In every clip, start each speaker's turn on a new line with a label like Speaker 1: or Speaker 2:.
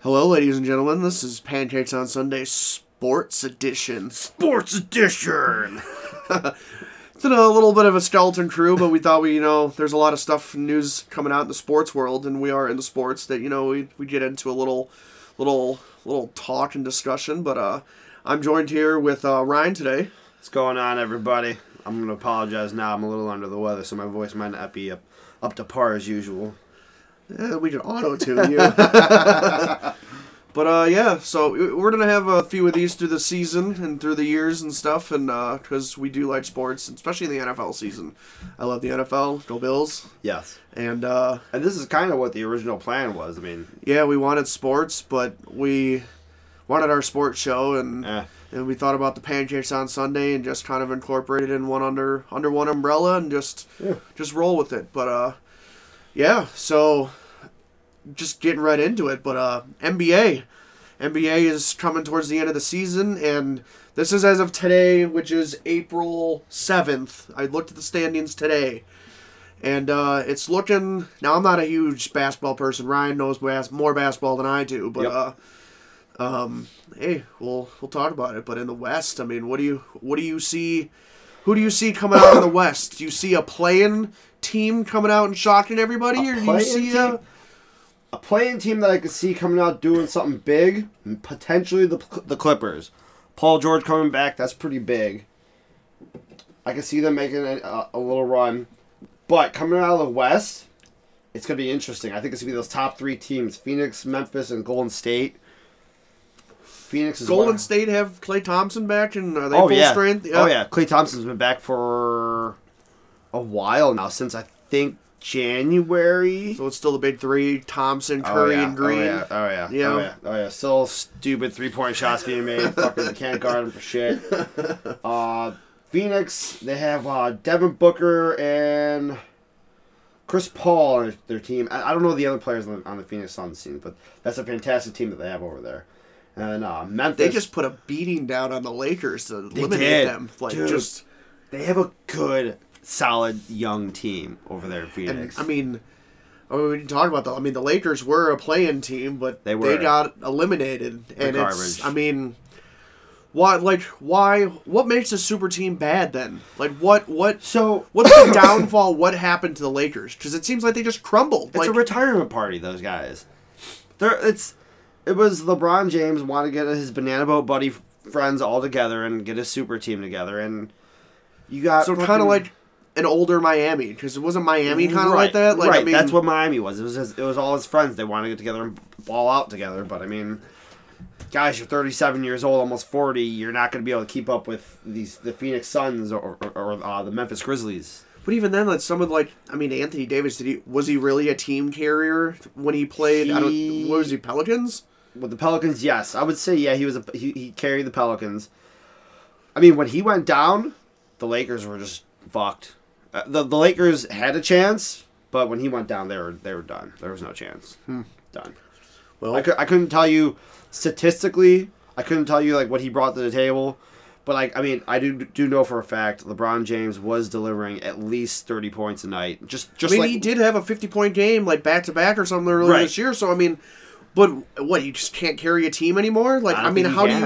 Speaker 1: Hello, ladies and gentlemen. This is Pancakes on Sunday Sports Edition.
Speaker 2: Sports Edition.
Speaker 1: It's in a little bit of a skeleton crew, but we thought we, you know, there's a lot of stuff news coming out in the sports world, and we are into sports that you know we we get into a little, little, little talk and discussion. But uh, I'm joined here with uh, Ryan today.
Speaker 2: What's going on, everybody? I'm gonna apologize now. I'm a little under the weather, so my voice might not be up up to par as usual.
Speaker 1: Eh, we can auto tune you. but uh, yeah, so we- we're gonna have a few of these through the season and through the years and stuff, and because we do like sports, especially in the NFL season. I love the NFL. Go Bills!
Speaker 2: Yes,
Speaker 1: And uh,
Speaker 2: and this is kind of what the original plan was. I mean,
Speaker 1: yeah, we wanted sports, but we wanted our sports show, and
Speaker 2: eh,
Speaker 1: and we thought about the pancakes on Sunday, and just kind of incorporated in one under under one umbrella, and just
Speaker 2: Yeah.
Speaker 1: just roll with it. But uh, yeah, so just getting right into it. But uh, NBA, NBA is coming towards the end of the season, and this is as of today, which is April seventh. I looked at the standings today. And uh, it's looking now. I'm not a huge basketball person. Ryan knows bas- more basketball than I do, but
Speaker 2: Yep.
Speaker 1: uh, um, hey, we'll we'll talk about it. But in the West, I mean, what do you what do you see? Who do you see coming out in the West? Do you see a playing team coming out and shocking everybody, or do you
Speaker 2: play-in
Speaker 1: see uh,
Speaker 2: team?
Speaker 1: a
Speaker 2: a playing team that I could see coming out doing something big, and potentially the Cl- the Clippers. Paul George coming back, that's pretty big. I could see them making a, a, a little run, but coming out of the West, it's gonna be interesting. I think it's gonna be those top three teams: Phoenix, Memphis, and Golden State. Phoenix is
Speaker 1: Golden
Speaker 2: one-
Speaker 1: State have Clay Thompson back and are they
Speaker 2: oh
Speaker 1: full
Speaker 2: yeah.
Speaker 1: strength?
Speaker 2: Oh yeah. Clay Thompson's been back for a while now since I think January.
Speaker 1: So it's still the big three: Thompson,
Speaker 2: Oh,
Speaker 1: Curry,
Speaker 2: yeah.
Speaker 1: and Green.
Speaker 2: Oh yeah. Oh yeah.
Speaker 1: Yeah.
Speaker 2: Oh yeah. Oh yeah. Still stupid three point shots being made. Fucking can't guard him for shit. Uh, Phoenix. They have uh, Devin Booker and Chris Paul on their team. I, I don't know the other players on the, on the Phoenix Suns team, but that's a fantastic team that they have over there. And uh, Memphis.
Speaker 1: They just put a beating down on the Lakers to eliminate
Speaker 2: did.
Speaker 1: them. Like
Speaker 2: Dude.
Speaker 1: just,
Speaker 2: they have a good, solid young team over there in
Speaker 1: and
Speaker 2: Phoenix.
Speaker 1: I mean, I mean, we didn't talk about that. I mean, the Lakers were a playing team, but
Speaker 2: They
Speaker 1: they,
Speaker 2: were.
Speaker 1: got eliminated, and it's.
Speaker 2: garbage.
Speaker 1: I mean, why? Like, why? What makes a super team bad then? Like, what? What?
Speaker 2: so
Speaker 1: What's the downfall? What happened to the Lakers? Because it seems like they just crumbled.
Speaker 2: It's
Speaker 1: like,
Speaker 2: a retirement party. Those guys. There, it's it was LeBron James wanted to get his banana boat buddy f- friends all together and get a super team together, and you got
Speaker 1: so kind
Speaker 2: fucking-
Speaker 1: of like an older Miami, because it wasn't Miami kind of like
Speaker 2: Right,
Speaker 1: that. Like,
Speaker 2: right,
Speaker 1: I mean,
Speaker 2: that's what Miami was. It was his, it was all his friends. They wanted to get together and ball out together. But I mean, guys, you're 37 years old, almost 40. You're not going to be able to keep up with these the Phoenix Suns or, or, or uh, the Memphis Grizzlies.
Speaker 1: But even then, like some of like I mean Anthony Davis, did he was he really a team carrier when he played? I don't.
Speaker 2: He-
Speaker 1: What was he Pelicans?
Speaker 2: With the Pelicans, yes, I would say yeah. He was a, he, he carried the Pelicans. I mean, when he went down, the Lakers were just fucked. Uh, the the Lakers had a chance, but when he went down, they were they were done. There was no chance. Done.
Speaker 1: Hmm. Well,
Speaker 2: I, cou- I couldn't tell you statistically. I couldn't tell you like what he brought to the table, but like I mean, I do do know for a fact LeBron James was delivering at least thirty points a night. Just
Speaker 1: I
Speaker 2: just
Speaker 1: mean
Speaker 2: like
Speaker 1: he did have a fifty point game like back to back or something earlier
Speaker 2: Right.
Speaker 1: this year. So I mean, but what you just can't carry a team anymore? Like
Speaker 2: I
Speaker 1: I,
Speaker 2: don't
Speaker 1: mean,
Speaker 2: think he
Speaker 1: how do
Speaker 2: can.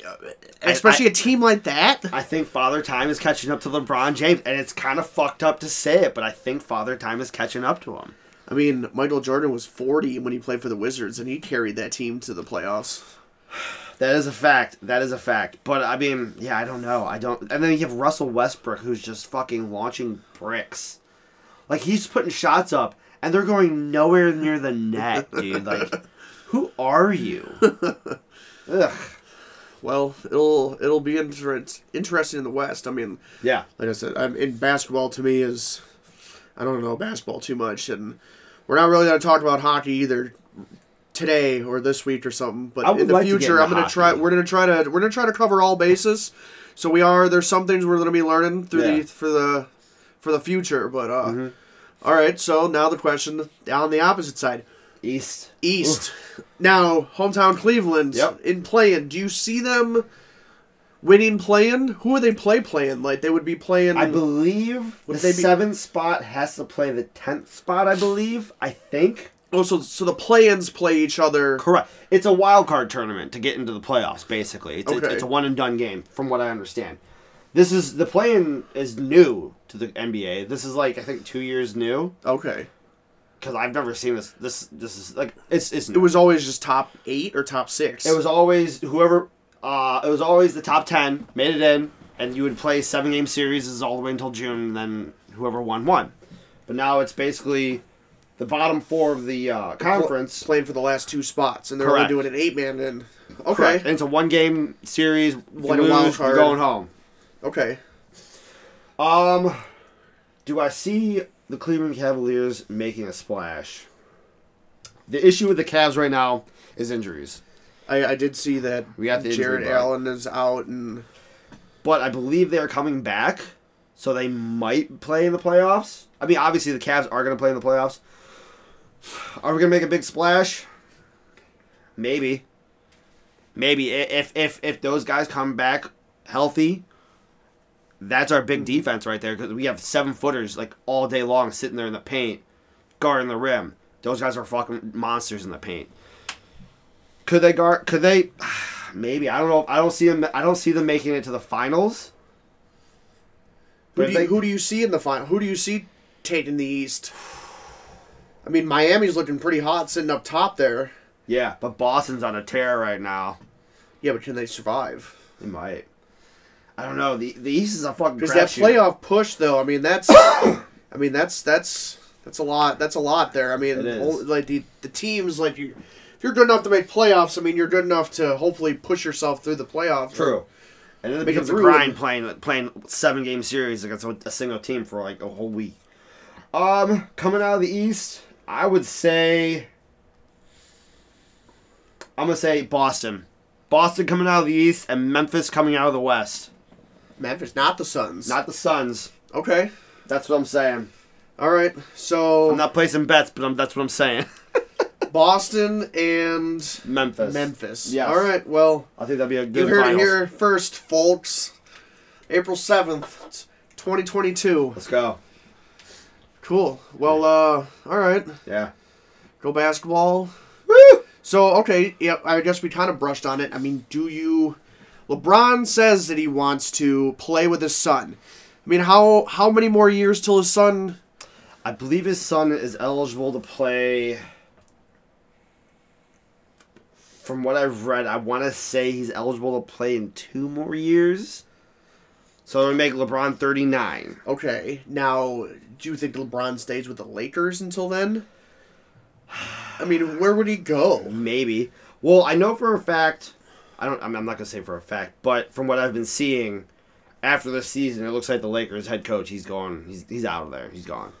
Speaker 1: you? Uh, Especially a team like that.
Speaker 2: I think Father Time is catching up to LeBron James, and it's kind of fucked up to say it, but I think Father Time is catching up to him.
Speaker 1: I mean, Michael Jordan was forty when he played for the Wizards, and he carried that team to the playoffs.
Speaker 2: That is a fact. That is a fact. But I mean, yeah, I don't know. I don't. And then you have Russell Westbrook, who's just fucking launching bricks. Like he's putting shots up, and they're going nowhere near the net, dude. Like, who are you? Ugh.
Speaker 1: Well, it'll it'll be inter- interesting in the West. I mean,
Speaker 2: Yeah.
Speaker 1: like I said, I'm in basketball to me is I don't know basketball too much, and we're not really going to talk about hockey either today or this week or something.
Speaker 2: I
Speaker 1: But
Speaker 2: would
Speaker 1: in the
Speaker 2: like to get
Speaker 1: future,
Speaker 2: into
Speaker 1: I'm going to
Speaker 2: hockey.
Speaker 1: try. We're going to try to we're going to try to cover all bases. So we are there's some things we're going to be learning through
Speaker 2: Yeah.
Speaker 1: the for the for the future. But uh,
Speaker 2: Mm-hmm.
Speaker 1: all right, so now the question on the opposite side.
Speaker 2: East.
Speaker 1: East. Now, hometown Cleveland
Speaker 2: Yep.
Speaker 1: in playing. Do you see them winning playing? Who would they play playing? Like they would be playing.
Speaker 2: I believe
Speaker 1: Would
Speaker 2: the
Speaker 1: they be-
Speaker 2: seventh spot has to play the tenth spot. I believe. I think.
Speaker 1: Oh, so so the play-ins play each other.
Speaker 2: Correct. It's a wild card tournament to get into the playoffs. Basically, it's, it's,
Speaker 1: Okay.
Speaker 2: it's a one and done game, from what I understand. This is the play-in is new to the NBA. This is like I think two years new
Speaker 1: Okay.
Speaker 2: because I've never seen this. This this is like it's it's
Speaker 1: It
Speaker 2: new.
Speaker 1: was always just top eight or top six.
Speaker 2: It was always whoever. Uh, it was always the top ten made it in, and you would play seven game series all the way until June. And then whoever won won. But now it's basically the bottom four of the uh, conference.
Speaker 1: playing for the last two spots, and they're
Speaker 2: Correct.
Speaker 1: only doing an eight-man. And okay,
Speaker 2: Correct. And it's a one game series.
Speaker 1: One
Speaker 2: you
Speaker 1: wild
Speaker 2: lose, you're
Speaker 1: card.
Speaker 2: going home.
Speaker 1: okay.
Speaker 2: Um, do I see the Cleveland Cavaliers making a splash? The issue with the Cavs right now is injuries,
Speaker 1: I, I did see that
Speaker 2: We got the injury
Speaker 1: Jared
Speaker 2: bug.
Speaker 1: Allen is out, and
Speaker 2: but I believe they are coming back, so they might play in the playoffs. I mean, obviously the Cavs are going to play in the playoffs. Are we going to make a big splash? Maybe. Maybe I- if if if those guys come back healthy, that's our big defense right there because we have seven footers like all day long sitting there in the paint, guarding the rim. Those guys are fucking monsters in the paint. Could they guard? Could they? Maybe I don't know. I don't see them. I don't see them making it to the finals.
Speaker 1: who
Speaker 2: But
Speaker 1: do,
Speaker 2: they-
Speaker 1: you, who do you see in the final? Who do you see taking the East? I mean, Miami's looking pretty hot, sitting up top there.
Speaker 2: yeah, but Boston's on a tear right now.
Speaker 1: Yeah, but can they survive?
Speaker 2: They might. I don't know. The the East is a fucking.
Speaker 1: Because that
Speaker 2: crapshoot.
Speaker 1: playoff push, though, I mean that's, I mean that's that's that's a lot. That's a lot there. I mean,
Speaker 2: It is.
Speaker 1: only, like the the teams, like you, if you're good enough to make playoffs, I mean, you're good enough to hopefully push yourself through the playoffs.
Speaker 2: True. And then it
Speaker 1: Make it
Speaker 2: becomes a
Speaker 1: through
Speaker 2: grind
Speaker 1: and-
Speaker 2: playing playing seven game series against a a single team for like a whole week. Um, coming out of the East, I would say I'm gonna say Boston. Boston coming out of the East and Memphis coming out of the West.
Speaker 1: Memphis, not the Suns.
Speaker 2: Not the Suns.
Speaker 1: okay.
Speaker 2: That's what I'm saying.
Speaker 1: All right. So
Speaker 2: I'm not placing bets, but I'm, that's what I'm saying.
Speaker 1: Boston and
Speaker 2: Memphis.
Speaker 1: Memphis.
Speaker 2: Yes.
Speaker 1: All right. Well,
Speaker 2: I think that'd be a good
Speaker 1: you heard
Speaker 2: finals.
Speaker 1: it here first, folks. April seventh, twenty twenty two.
Speaker 2: Let's go.
Speaker 1: Cool. Well, uh, all right.
Speaker 2: Yeah.
Speaker 1: Go basketball.
Speaker 2: Woo!
Speaker 1: So okay, yep. I guess we kind of brushed on it. I mean, do you? LeBron says that he wants to play with his son. I mean, how how many more years till his son?
Speaker 2: I believe his son is eligible to play. From what I've read, I want to say he's eligible to play in two more years. So it'll make LeBron 39.
Speaker 1: Okay, now do you think LeBron stays with the Lakers until then? I mean, where would he go?
Speaker 2: Maybe. Well, I know for a fact. I don't. I mean, I'm not gonna say for a fact, but from what I've been seeing, after this season, it looks like the Lakers head coach he's going. He's he's out of there. He's gone.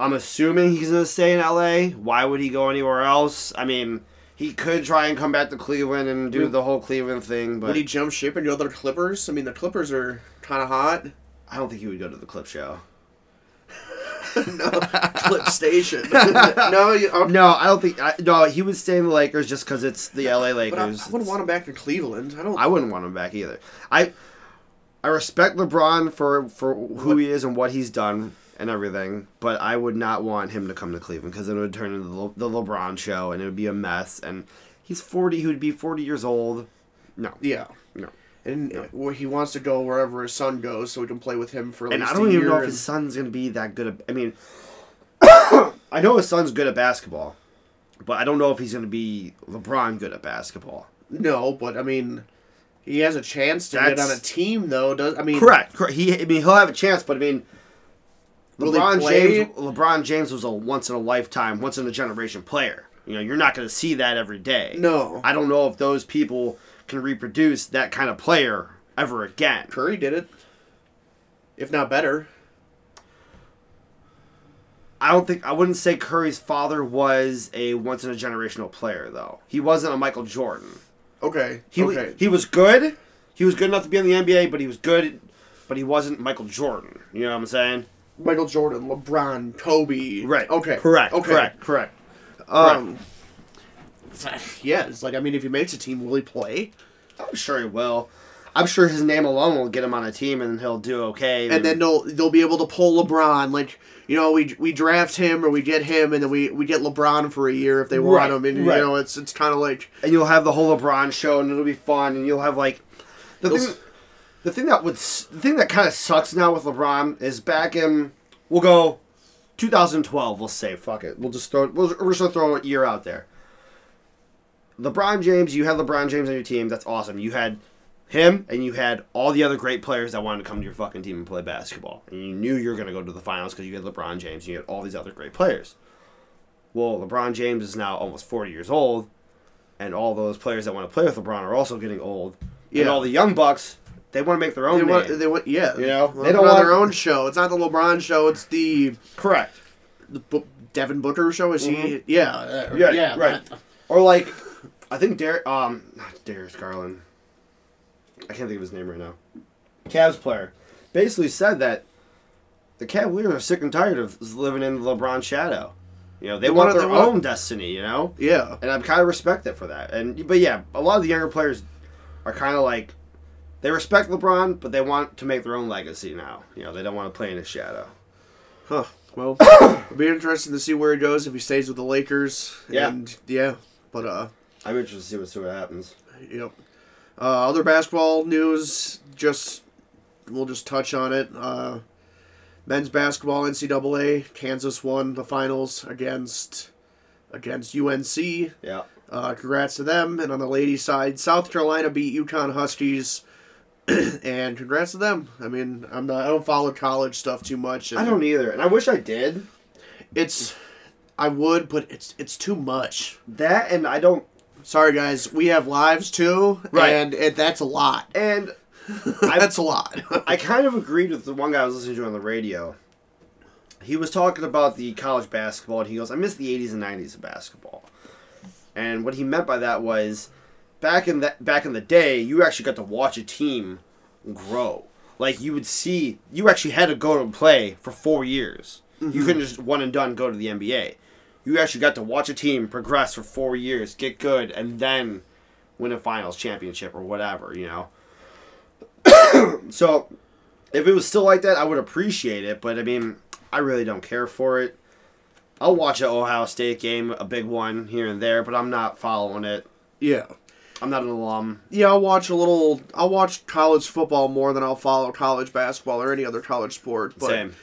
Speaker 2: I'm assuming he's gonna stay in LA. Why would he go anywhere else? I mean, he could try and come back to Cleveland and do the whole Cleveland thing, but
Speaker 1: Would he jump ship and go to the Clippers? I mean, the Clippers are kind of hot.
Speaker 2: I don't think he would go to the clip show.
Speaker 1: no, Clip Station. no, you, uh, okay.
Speaker 2: No, I don't think. I, no, he would stay in the Lakers just because it's the LA Lakers.
Speaker 1: but I, I
Speaker 2: It's-
Speaker 1: wouldn't want him back in Cleveland. I don't.
Speaker 2: I wouldn't want him back either. I I respect LeBron for for who he is and what he's done and everything, but I would not want him to come to Cleveland because it would turn into the, Le- the LeBron show and it would be a mess. And he's forty; he would be forty years old. No,
Speaker 1: yeah.
Speaker 2: no.
Speaker 1: And where he wants to go wherever his son goes, so we can play with him for. At
Speaker 2: And
Speaker 1: least
Speaker 2: I
Speaker 1: a
Speaker 2: don't even
Speaker 1: year
Speaker 2: know if
Speaker 1: and-
Speaker 2: his son's gonna be that good. At, I mean, I know his son's good at basketball, but I don't know if he's gonna be LeBron good at basketball.
Speaker 1: No, but I mean, he has a chance to get
Speaker 2: That's-
Speaker 1: on a team, though. Does I mean?
Speaker 2: Correct. Correct. He, I mean, he'll have a chance, but I mean,
Speaker 1: Will he
Speaker 2: LeBron
Speaker 1: play?
Speaker 2: James. LeBron James was a once in a lifetime, once in a generation player. You know, you're not going to see that every day.
Speaker 1: No.
Speaker 2: I don't know if those people can reproduce that kind of player ever again.
Speaker 1: Curry did it, if not better.
Speaker 2: I don't think I wouldn't say Curry's father was a once in a generational player though. He wasn't a Michael Jordan.
Speaker 1: Okay.
Speaker 2: He wa-
Speaker 1: okay.
Speaker 2: he was good. He was good enough to be in the NBA, but he was good, but he wasn't Michael Jordan. You know what I'm saying?
Speaker 1: Michael Jordan, LeBron, Kobe.
Speaker 2: Right.
Speaker 1: Okay.
Speaker 2: Correct.
Speaker 1: Okay.
Speaker 2: Correct. Correct.
Speaker 1: Um. Yeah, it's like I mean, if he makes a team, will he play?
Speaker 2: I'm sure he will. I'm sure his name alone will get him on a team, and he'll do okay.
Speaker 1: and then they'll they'll be able to pull LeBron. Like you know, we we draft him or we get him, and then we, we get LeBron for a year if they want
Speaker 2: Right,
Speaker 1: him. And
Speaker 2: right.
Speaker 1: you know, it's it's kind of like
Speaker 2: and you'll have the whole LeBron show, and it'll be fun, and you'll have like the
Speaker 1: Those-
Speaker 2: thing. The thing that would s- the thing that kind of sucks now with LeBron is back in we'll go 2012. We'll say fuck it. We'll just throw we'll, we're just gonna throw a year out there. LeBron James, you had LeBron James on your team. That's awesome. You had him, and you had all the other great players that wanted to come to your fucking team and play basketball. And you knew you were gonna go to the finals because you had LeBron James, and you had all these other great players. Well, LeBron James is now almost 40 years old and all those players that want to play with LeBron are also getting old.
Speaker 1: Yeah.
Speaker 2: And all the young bucks, they want to make their own
Speaker 1: they
Speaker 2: name.
Speaker 1: want, they want yeah
Speaker 2: You know,
Speaker 1: they
Speaker 2: they
Speaker 1: don't on
Speaker 2: don't want-
Speaker 1: their own show. It's not the LeBron show. It's the,
Speaker 2: Correct.
Speaker 1: the Bu- Devin Booker show. Is
Speaker 2: Mm-hmm.
Speaker 1: he? Yeah, uh,
Speaker 2: Yeah, right. Or like, I think Derek, um, not Darius Garland. I can't think of his name right now. Cavs player basically said that the Cavaliers are sick and tired of living in the LeBron shadow. You know, they, want
Speaker 1: wanna-
Speaker 2: their
Speaker 1: they want-
Speaker 2: own destiny. You know,
Speaker 1: Yeah,
Speaker 2: and I kind of respect it for that. And but yeah, a lot of the younger players are kind of like they respect LeBron, but they want to make their own legacy now. You know, they don't want to play in his shadow.
Speaker 1: Huh. Well, it'll be interesting to see where he goes if he stays with the Lakers.
Speaker 2: Yeah.
Speaker 1: And yeah, but uh,
Speaker 2: I'm interested to see what, see what happens.
Speaker 1: yep. Uh, other basketball news. Just we'll just touch on it. Uh, men's basketball NCAA Kansas won the finals against against UNC.
Speaker 2: Yeah,
Speaker 1: Uh, congrats to them. And on the ladies' side, South Carolina beat Yukon Huskies. and congrats to them. I mean, I'm not, I don't follow college stuff too much. and-
Speaker 2: I don't either, and I wish I did
Speaker 1: It's I would, but it's it's too much.
Speaker 2: that, and I don't,
Speaker 1: Sorry guys, we have lives too,
Speaker 2: Right.
Speaker 1: and it, that's a lot.
Speaker 2: and
Speaker 1: that's a lot.
Speaker 2: I kind of agreed with the one guy I was listening to on the radio. He was talking about the college basketball, and he goes, "I miss the '80s and '90s of basketball." And what he meant by that was, back in that back in the day, you actually got to watch a team grow. Like you would see, you actually had to go and play for four years. You couldn't just one and done go to the NBA. You actually got to watch a team progress for four years, get good, and then win a finals championship or whatever. You know. So, if it was still like that, I would appreciate it. But I mean, I really don't care for it. I'll watch an Ohio State game, a big one here and there, but I'm not following it.
Speaker 1: yeah,
Speaker 2: I'm not an alum.
Speaker 1: yeah. I'll watch a little. I'll watch college football more than I'll follow college basketball or any other college sport. But
Speaker 2: Same.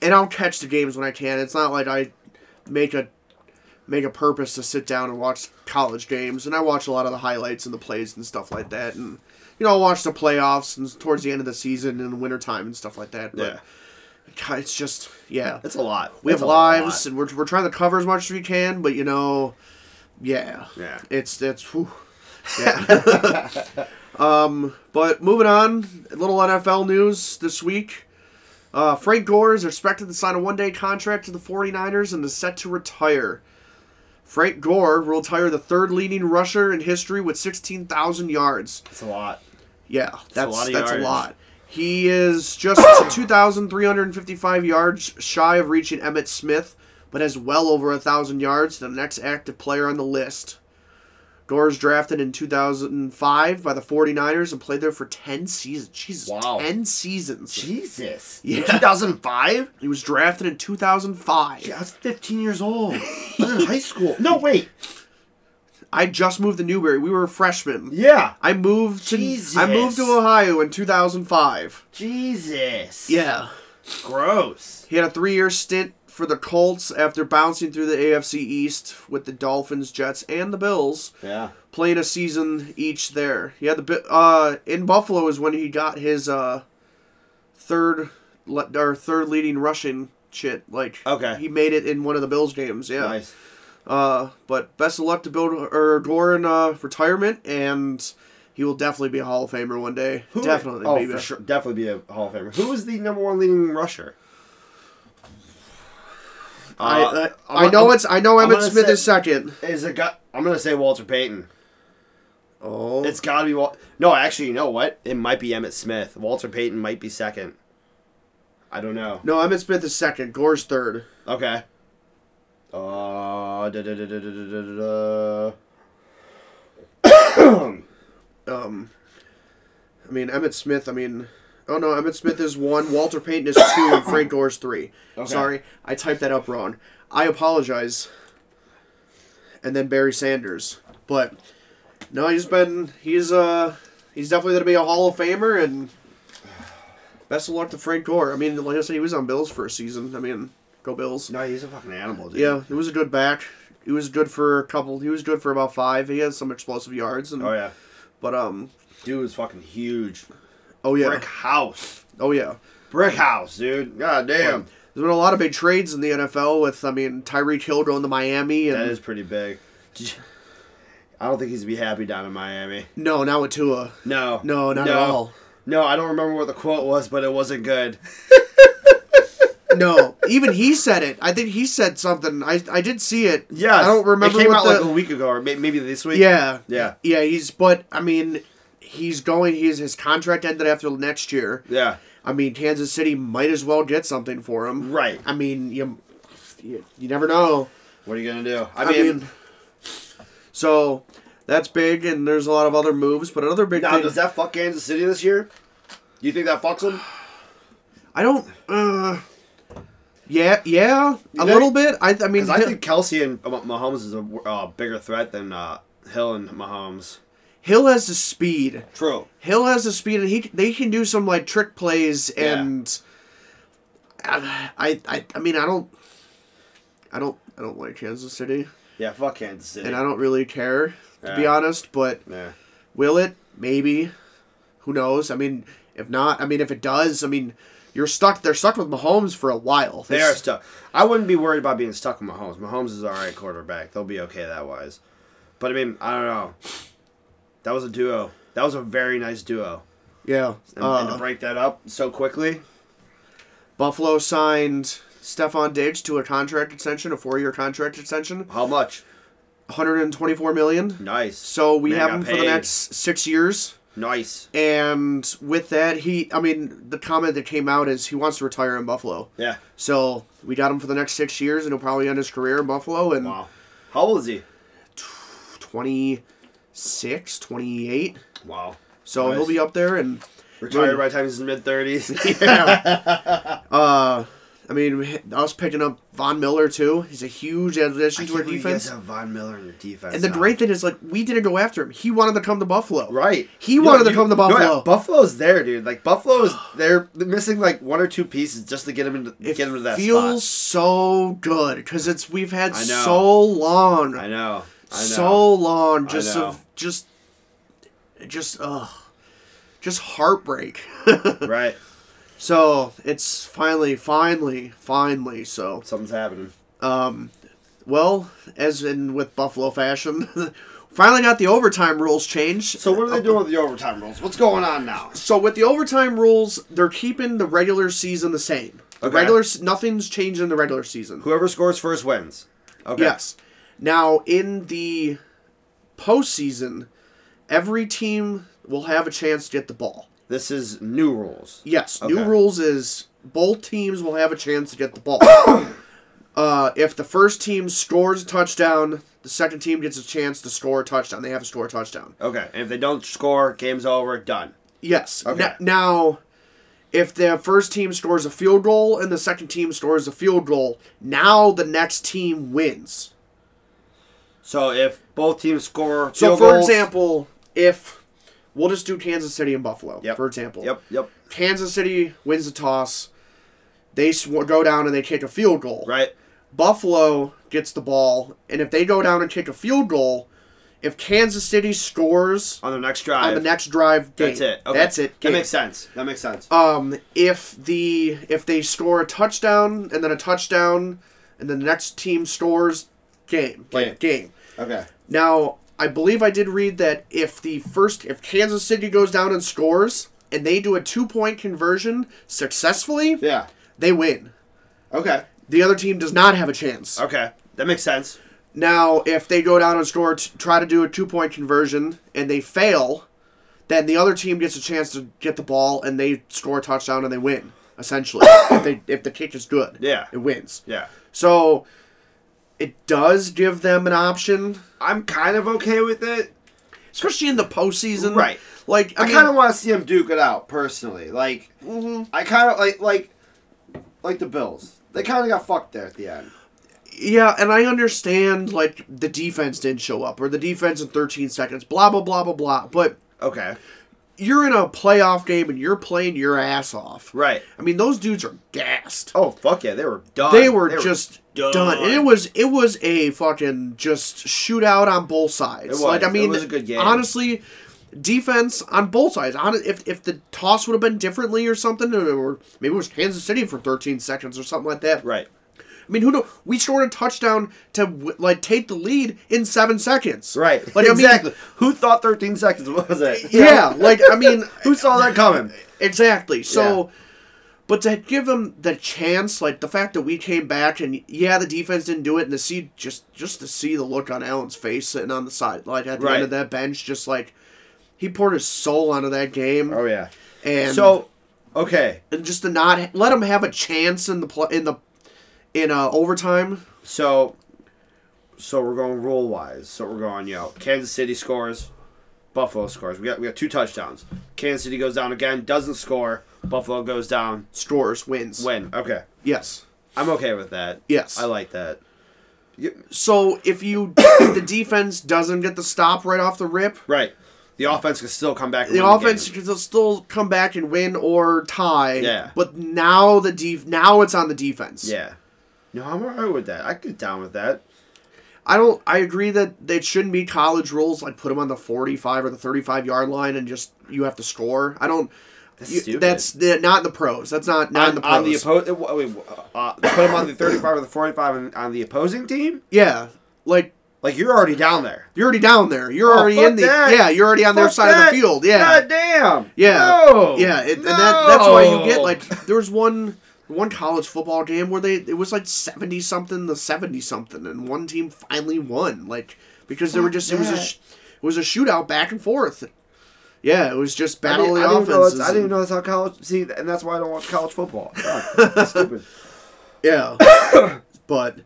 Speaker 1: and I'll catch the games when I can. It's not like I make a make a purpose to sit down and watch college games. And I watch a lot of the highlights and the plays and stuff like that. And you know, I'll watch the playoffs and towards the end of the season and the wintertime and stuff like that. But
Speaker 2: Yeah,
Speaker 1: God, it's just yeah.
Speaker 2: it's a lot.
Speaker 1: we
Speaker 2: It's
Speaker 1: have
Speaker 2: a lot.
Speaker 1: lives and we're, we're trying to cover as much as we can, but you know, yeah,
Speaker 2: Yeah.
Speaker 1: it's that's whew. yeah. um, but moving on, a little NFL news this week. Uh, Frank Gore is expected to sign a one-day contract to the 49ers and is set to retire. Frank Gore will retire the third leading rusher in history with 16,000 yards.
Speaker 2: It's a lot.
Speaker 1: Yeah, that's
Speaker 2: lot of
Speaker 1: that's a
Speaker 2: yardage.
Speaker 1: lot. He is just 2,355 yards shy of reaching Emmett Smith, but has well over a thousand yards. The next active player on the list. Gore's drafted in 2005 by the 49ers and played there for 10 seasons. Jesus,
Speaker 2: Wow.
Speaker 1: 10 seasons.
Speaker 2: Jesus.
Speaker 1: Yeah.
Speaker 2: 2005.
Speaker 1: He was drafted in 2005.
Speaker 2: Yeah, I was 15 years old. I was in high school. No, wait.
Speaker 1: I just moved to Newberry. We were freshmen.
Speaker 2: Yeah.
Speaker 1: I moved to I moved
Speaker 2: Jesus.
Speaker 1: to Ohio in 2005.
Speaker 2: Jesus.
Speaker 1: Yeah.
Speaker 2: Gross.
Speaker 1: He had a three year stint for the Colts after bouncing through the AFC East with the Dolphins, Jets, and the Bills,
Speaker 2: Yeah.
Speaker 1: playing a season each there. He had the Bi- uh in Buffalo is when he got his uh third le- or third leading rushing shit. Like
Speaker 2: Okay.
Speaker 1: he made it in one of the Bills games. Yeah.
Speaker 2: Nice.
Speaker 1: Uh, but best of luck to Bill or Gore in uh, retirement, and he will definitely be a Hall of Famer one day.
Speaker 2: Who-
Speaker 1: definitely.
Speaker 2: Oh,
Speaker 1: be
Speaker 2: for
Speaker 1: a-
Speaker 2: sure. Definitely be a Hall of Famer. Who was the number one leading rusher?
Speaker 1: I, I,
Speaker 2: Uh,
Speaker 1: I
Speaker 2: I'm-
Speaker 1: know
Speaker 2: I'm-
Speaker 1: it's I know
Speaker 2: I'm
Speaker 1: Emmett
Speaker 2: gonna
Speaker 1: Smith
Speaker 2: say-
Speaker 1: is second.
Speaker 2: Is a guy. I'm gonna say Walter Payton.
Speaker 1: Oh,
Speaker 2: It's gotta be Wal. No, actually, you know what? It might be Emmett Smith. Walter Payton might be second. I don't know.
Speaker 1: No, Emmett Smith is second. Gore's third.
Speaker 2: Okay. Uh, da, da, da, da, da, da, da, da.
Speaker 1: Um, I mean, Emmett Smith. I mean, oh no, Emmett Smith is one. Walter Payton is two, and Frank Gore is three.
Speaker 2: Okay.
Speaker 1: Sorry, I typed that up wrong. I apologize. And then Barry Sanders, but no, he's been he's uh he's definitely gonna be a Hall of Famer, and best of luck to Frank Gore. I mean, like I said, he was on Bills for a season. I mean, go Bills.
Speaker 2: No, he's a fucking animal, dude.
Speaker 1: Yeah, he was a good back. He was good for a couple. He was good for about five. He had some explosive yards, and
Speaker 2: Oh yeah.
Speaker 1: but um,
Speaker 2: Dude was fucking huge.
Speaker 1: oh yeah,
Speaker 2: Brick house.
Speaker 1: oh yeah.
Speaker 2: Brick house, dude. God damn.
Speaker 1: There's been a lot of big trades in the NFL with, I mean, Tyreek Hill going to Miami and
Speaker 2: That is pretty big. Did you- I don't think he's gonna be happy down in Miami.
Speaker 1: no, not with Tua.
Speaker 2: No.
Speaker 1: No, not at all.
Speaker 2: No, I don't remember what the quote was, but it wasn't good.
Speaker 1: No, even he said it. I think he said something. I I did see it.
Speaker 2: Yeah,
Speaker 1: I don't remember.
Speaker 2: It came
Speaker 1: what
Speaker 2: out
Speaker 1: the-
Speaker 2: like a week ago, or may- maybe this week.
Speaker 1: yeah,
Speaker 2: Yeah.
Speaker 1: yeah. He's but I mean, he's going. He's his contract ended after next year.
Speaker 2: Yeah.
Speaker 1: I mean, Kansas City might as well get something for him.
Speaker 2: Right.
Speaker 1: I mean, you you, you never know.
Speaker 2: What are you gonna do?
Speaker 1: I mean, so that's big, and there's a lot of other moves. But another big
Speaker 2: now
Speaker 1: thing.
Speaker 2: does that fuck Kansas City this year? Do you think that fucks them?
Speaker 1: I don't. Uh, yeah, yeah, a
Speaker 2: know-
Speaker 1: little bit. I, I mean,
Speaker 2: Because I think Kelsey and Mah- Mahomes is a uh, bigger threat than uh, Hill and Mahomes.
Speaker 1: Hill has the speed.
Speaker 2: True.
Speaker 1: Hill has the speed, and he they can do some like trick plays. And I, I, I, I mean, I don't, I don't, I don't like Kansas City,
Speaker 2: Yeah, fuck Kansas City.
Speaker 1: and I don't really care to be
Speaker 2: Yeah.
Speaker 1: honest. But
Speaker 2: yeah.
Speaker 1: will it? Maybe. Who knows? I mean, if not, I mean, if it does, I mean, you're stuck. They're stuck with Mahomes for a while.
Speaker 2: They are stuck. I wouldn't be worried about being stuck with Mahomes. Mahomes is all right quarterback. They'll be okay that wise. But I mean, I don't know. That was a duo. That was a very nice duo.
Speaker 1: Yeah.
Speaker 2: And,
Speaker 1: uh,
Speaker 2: and to break that up so quickly,
Speaker 1: Buffalo signed Stefan Diggs to a contract extension, a four-year contract extension,
Speaker 2: how much?
Speaker 1: 124 million.
Speaker 2: Nice.
Speaker 1: So we
Speaker 2: Man
Speaker 1: have
Speaker 2: got
Speaker 1: him for the
Speaker 2: paid.
Speaker 1: next six years,
Speaker 2: nice.
Speaker 1: and with that, he, I mean, the comment that came out is he wants to retire in Buffalo.
Speaker 2: Yeah.
Speaker 1: So we got him for the next six years, and he'll probably end his career in Buffalo in
Speaker 2: Wow. How old is he?
Speaker 1: 26, 28.
Speaker 2: Wow.
Speaker 1: So
Speaker 2: Nice.
Speaker 1: he'll be up there, and
Speaker 2: Retired by the time he's in mid thirties.
Speaker 1: uh, I mean, us picking up Von Miller too. He's a huge addition to our defense.
Speaker 2: have Von Miller in your defense.
Speaker 1: And the
Speaker 2: now.
Speaker 1: great thing is, like, we didn't go after him. He wanted to come to Buffalo.
Speaker 2: Right.
Speaker 1: He wanted to
Speaker 2: you-
Speaker 1: come to
Speaker 2: no, yeah,
Speaker 1: Buffalo.
Speaker 2: Buffalo's there, dude. Like Buffalo's they're missing like one or two pieces just to get him into
Speaker 1: It
Speaker 2: get him to that
Speaker 1: feels
Speaker 2: spot.
Speaker 1: so good because it's we've had
Speaker 2: I know.
Speaker 1: so long,
Speaker 2: I know. I know.
Speaker 1: so long, just
Speaker 2: know.
Speaker 1: of just, just ugh, just heartbreak.
Speaker 2: right.
Speaker 1: so it's finally, finally, finally. So,
Speaker 2: Something's happening.
Speaker 1: um, well, as in with Buffalo fashion, finally got the overtime rules changed. Uh,
Speaker 2: So what are they doing with the overtime rules? What's going on now?
Speaker 1: So with the overtime rules, they're keeping the regular season the same. The
Speaker 2: Okay.
Speaker 1: regular s- nothing's changed in the regular season.
Speaker 2: Whoever scores first wins. Okay.
Speaker 1: Yes. Now in the postseason, every team will have a chance to get the ball.
Speaker 2: This is new rules.
Speaker 1: Yes. New
Speaker 2: Okay.
Speaker 1: rules is both teams will have a chance to get the ball. uh, if the first team scores a touchdown, the second team gets a chance to score a touchdown. They have to score a touchdown.
Speaker 2: Okay. And if they don't score, game's over. Done.
Speaker 1: Yes.
Speaker 2: Okay.
Speaker 1: N- now, if the first team scores a field goal and the second team scores a field goal, now the next team wins.
Speaker 2: So if both teams score,
Speaker 1: So,
Speaker 2: field
Speaker 1: for
Speaker 2: goals-
Speaker 1: example, if we'll just do Kansas City and Buffalo,
Speaker 2: Yep.
Speaker 1: for example,
Speaker 2: Yep. Yep.
Speaker 1: Kansas City wins the toss, they sw- go down and they kick a field goal.
Speaker 2: Right.
Speaker 1: Buffalo gets the ball, and if they go down and kick a field goal, if Kansas City scores
Speaker 2: On the next drive.
Speaker 1: on the next drive, game.
Speaker 2: That's it. Okay.
Speaker 1: That's it.
Speaker 2: That
Speaker 1: game.
Speaker 2: makes sense. That makes sense.
Speaker 1: um, if the if they score a touchdown and then a touchdown and then the next team scores game like game
Speaker 2: Okay.
Speaker 1: now i believe i did read that if the first if kansas city goes down and scores and they do a two point conversion successfully
Speaker 2: Yeah.
Speaker 1: they win
Speaker 2: Okay.
Speaker 1: the other team does not have a chance
Speaker 2: Okay. That makes sense.
Speaker 1: now if they go down and score t- try to do a two point conversion and they fail then the other team gets a chance to get the ball and they score a touchdown and they win essentially if, they, if the kick is good
Speaker 2: Yeah.
Speaker 1: it wins
Speaker 2: Yeah.
Speaker 1: so it does give them an option
Speaker 2: I'm kind of okay with it.
Speaker 1: especially in the postseason.
Speaker 2: Right.
Speaker 1: Like I,
Speaker 2: I kind of want to see him duke it out personally. Like
Speaker 1: hmm
Speaker 2: I kind of like like like the Bills. They kind of got fucked there at the end.
Speaker 1: Yeah, and I understand like the defense didn't show up or the defense in 13 seconds, blah blah blah blah blah. But
Speaker 2: Okay.
Speaker 1: you're in a playoff game and you're playing your ass off.
Speaker 2: Right.
Speaker 1: I mean, those dudes are gassed.
Speaker 2: Oh fuck yeah, they were done.
Speaker 1: they were just
Speaker 2: done.
Speaker 1: done. And it was it was a fucking just shootout on both sides.
Speaker 2: was.
Speaker 1: Like I
Speaker 2: It
Speaker 1: mean,
Speaker 2: was a good game.
Speaker 1: Honestly, defense on both sides. Hon- If if the toss would have been differently or something, or maybe it was Kansas City for 13 seconds or something like that.
Speaker 2: right.
Speaker 1: I mean, who know? We scored a touchdown to w- like take the lead in seven seconds.
Speaker 2: Right.
Speaker 1: Like
Speaker 2: exactly.
Speaker 1: I mean,
Speaker 2: Who thought 13 seconds was it?
Speaker 1: yeah. Like I mean,
Speaker 2: Who saw that coming?
Speaker 1: Exactly. So, but to give them the chance, like the fact that we came back and yeah, the defense didn't do it, and to see just just to see the look on Allen's face sitting on the side, like at the
Speaker 2: Right.
Speaker 1: end of that bench, just like he poured his soul onto that game,
Speaker 2: Oh yeah.
Speaker 1: and
Speaker 2: So, okay.
Speaker 1: and just to not let him have a chance in the pl- in the in uh, overtime.
Speaker 2: So, so we're going rule wise. So we're going, you know, Kansas City scores, Buffalo scores. We got we got two touchdowns. Kansas City goes down again, doesn't score. Buffalo goes down,
Speaker 1: Scores wins.
Speaker 2: win. Okay,
Speaker 1: Yes.
Speaker 2: I'm okay with that.
Speaker 1: Yes.
Speaker 2: I like that. You-
Speaker 1: So if you if the defense doesn't get the stop right off the rip,
Speaker 2: Right. The offense can still come back. And
Speaker 1: the
Speaker 2: win
Speaker 1: offense
Speaker 2: game.
Speaker 1: can still- still come back and win or tie.
Speaker 2: Yeah.
Speaker 1: But now the def- now it's on the defense.
Speaker 2: Yeah. No, I'm alright with that. I could get down with that.
Speaker 1: I don't. I agree that it shouldn't be college rules like put them on the forty-five or the thirty-five yard line and just you have to score. I don't.
Speaker 2: That's
Speaker 1: you-
Speaker 2: stupid.
Speaker 1: that's the, not in the pros. That's not not in
Speaker 2: On,
Speaker 1: the pros.
Speaker 2: on the opposing, uh, put them on the 35 or the 45 on, on the opposing team.
Speaker 1: yeah, like
Speaker 2: Like you're already down there.
Speaker 1: you're already down there. You're
Speaker 2: Oh,
Speaker 1: already
Speaker 2: fuck
Speaker 1: in the
Speaker 2: that.
Speaker 1: yeah. You're already on their
Speaker 2: Fuck
Speaker 1: side
Speaker 2: that.
Speaker 1: of the field. Yeah.
Speaker 2: God damn.
Speaker 1: Yeah,
Speaker 2: No.
Speaker 1: yeah, it, and that, that's why you get
Speaker 2: No.
Speaker 1: like there was one one college football game where they it was like seventy something the seventy something, and one team finally won like because they were just it was a
Speaker 2: that.
Speaker 1: sh- it was a shootout back and forth. Yeah, it was just
Speaker 2: I
Speaker 1: battle of
Speaker 2: didn't, I
Speaker 1: the
Speaker 2: didn't know that's,
Speaker 1: offenses.
Speaker 2: I didn't
Speaker 1: and-
Speaker 2: know that's how college. See, and that's why I don't watch college football. God, stupid.
Speaker 1: Yeah, but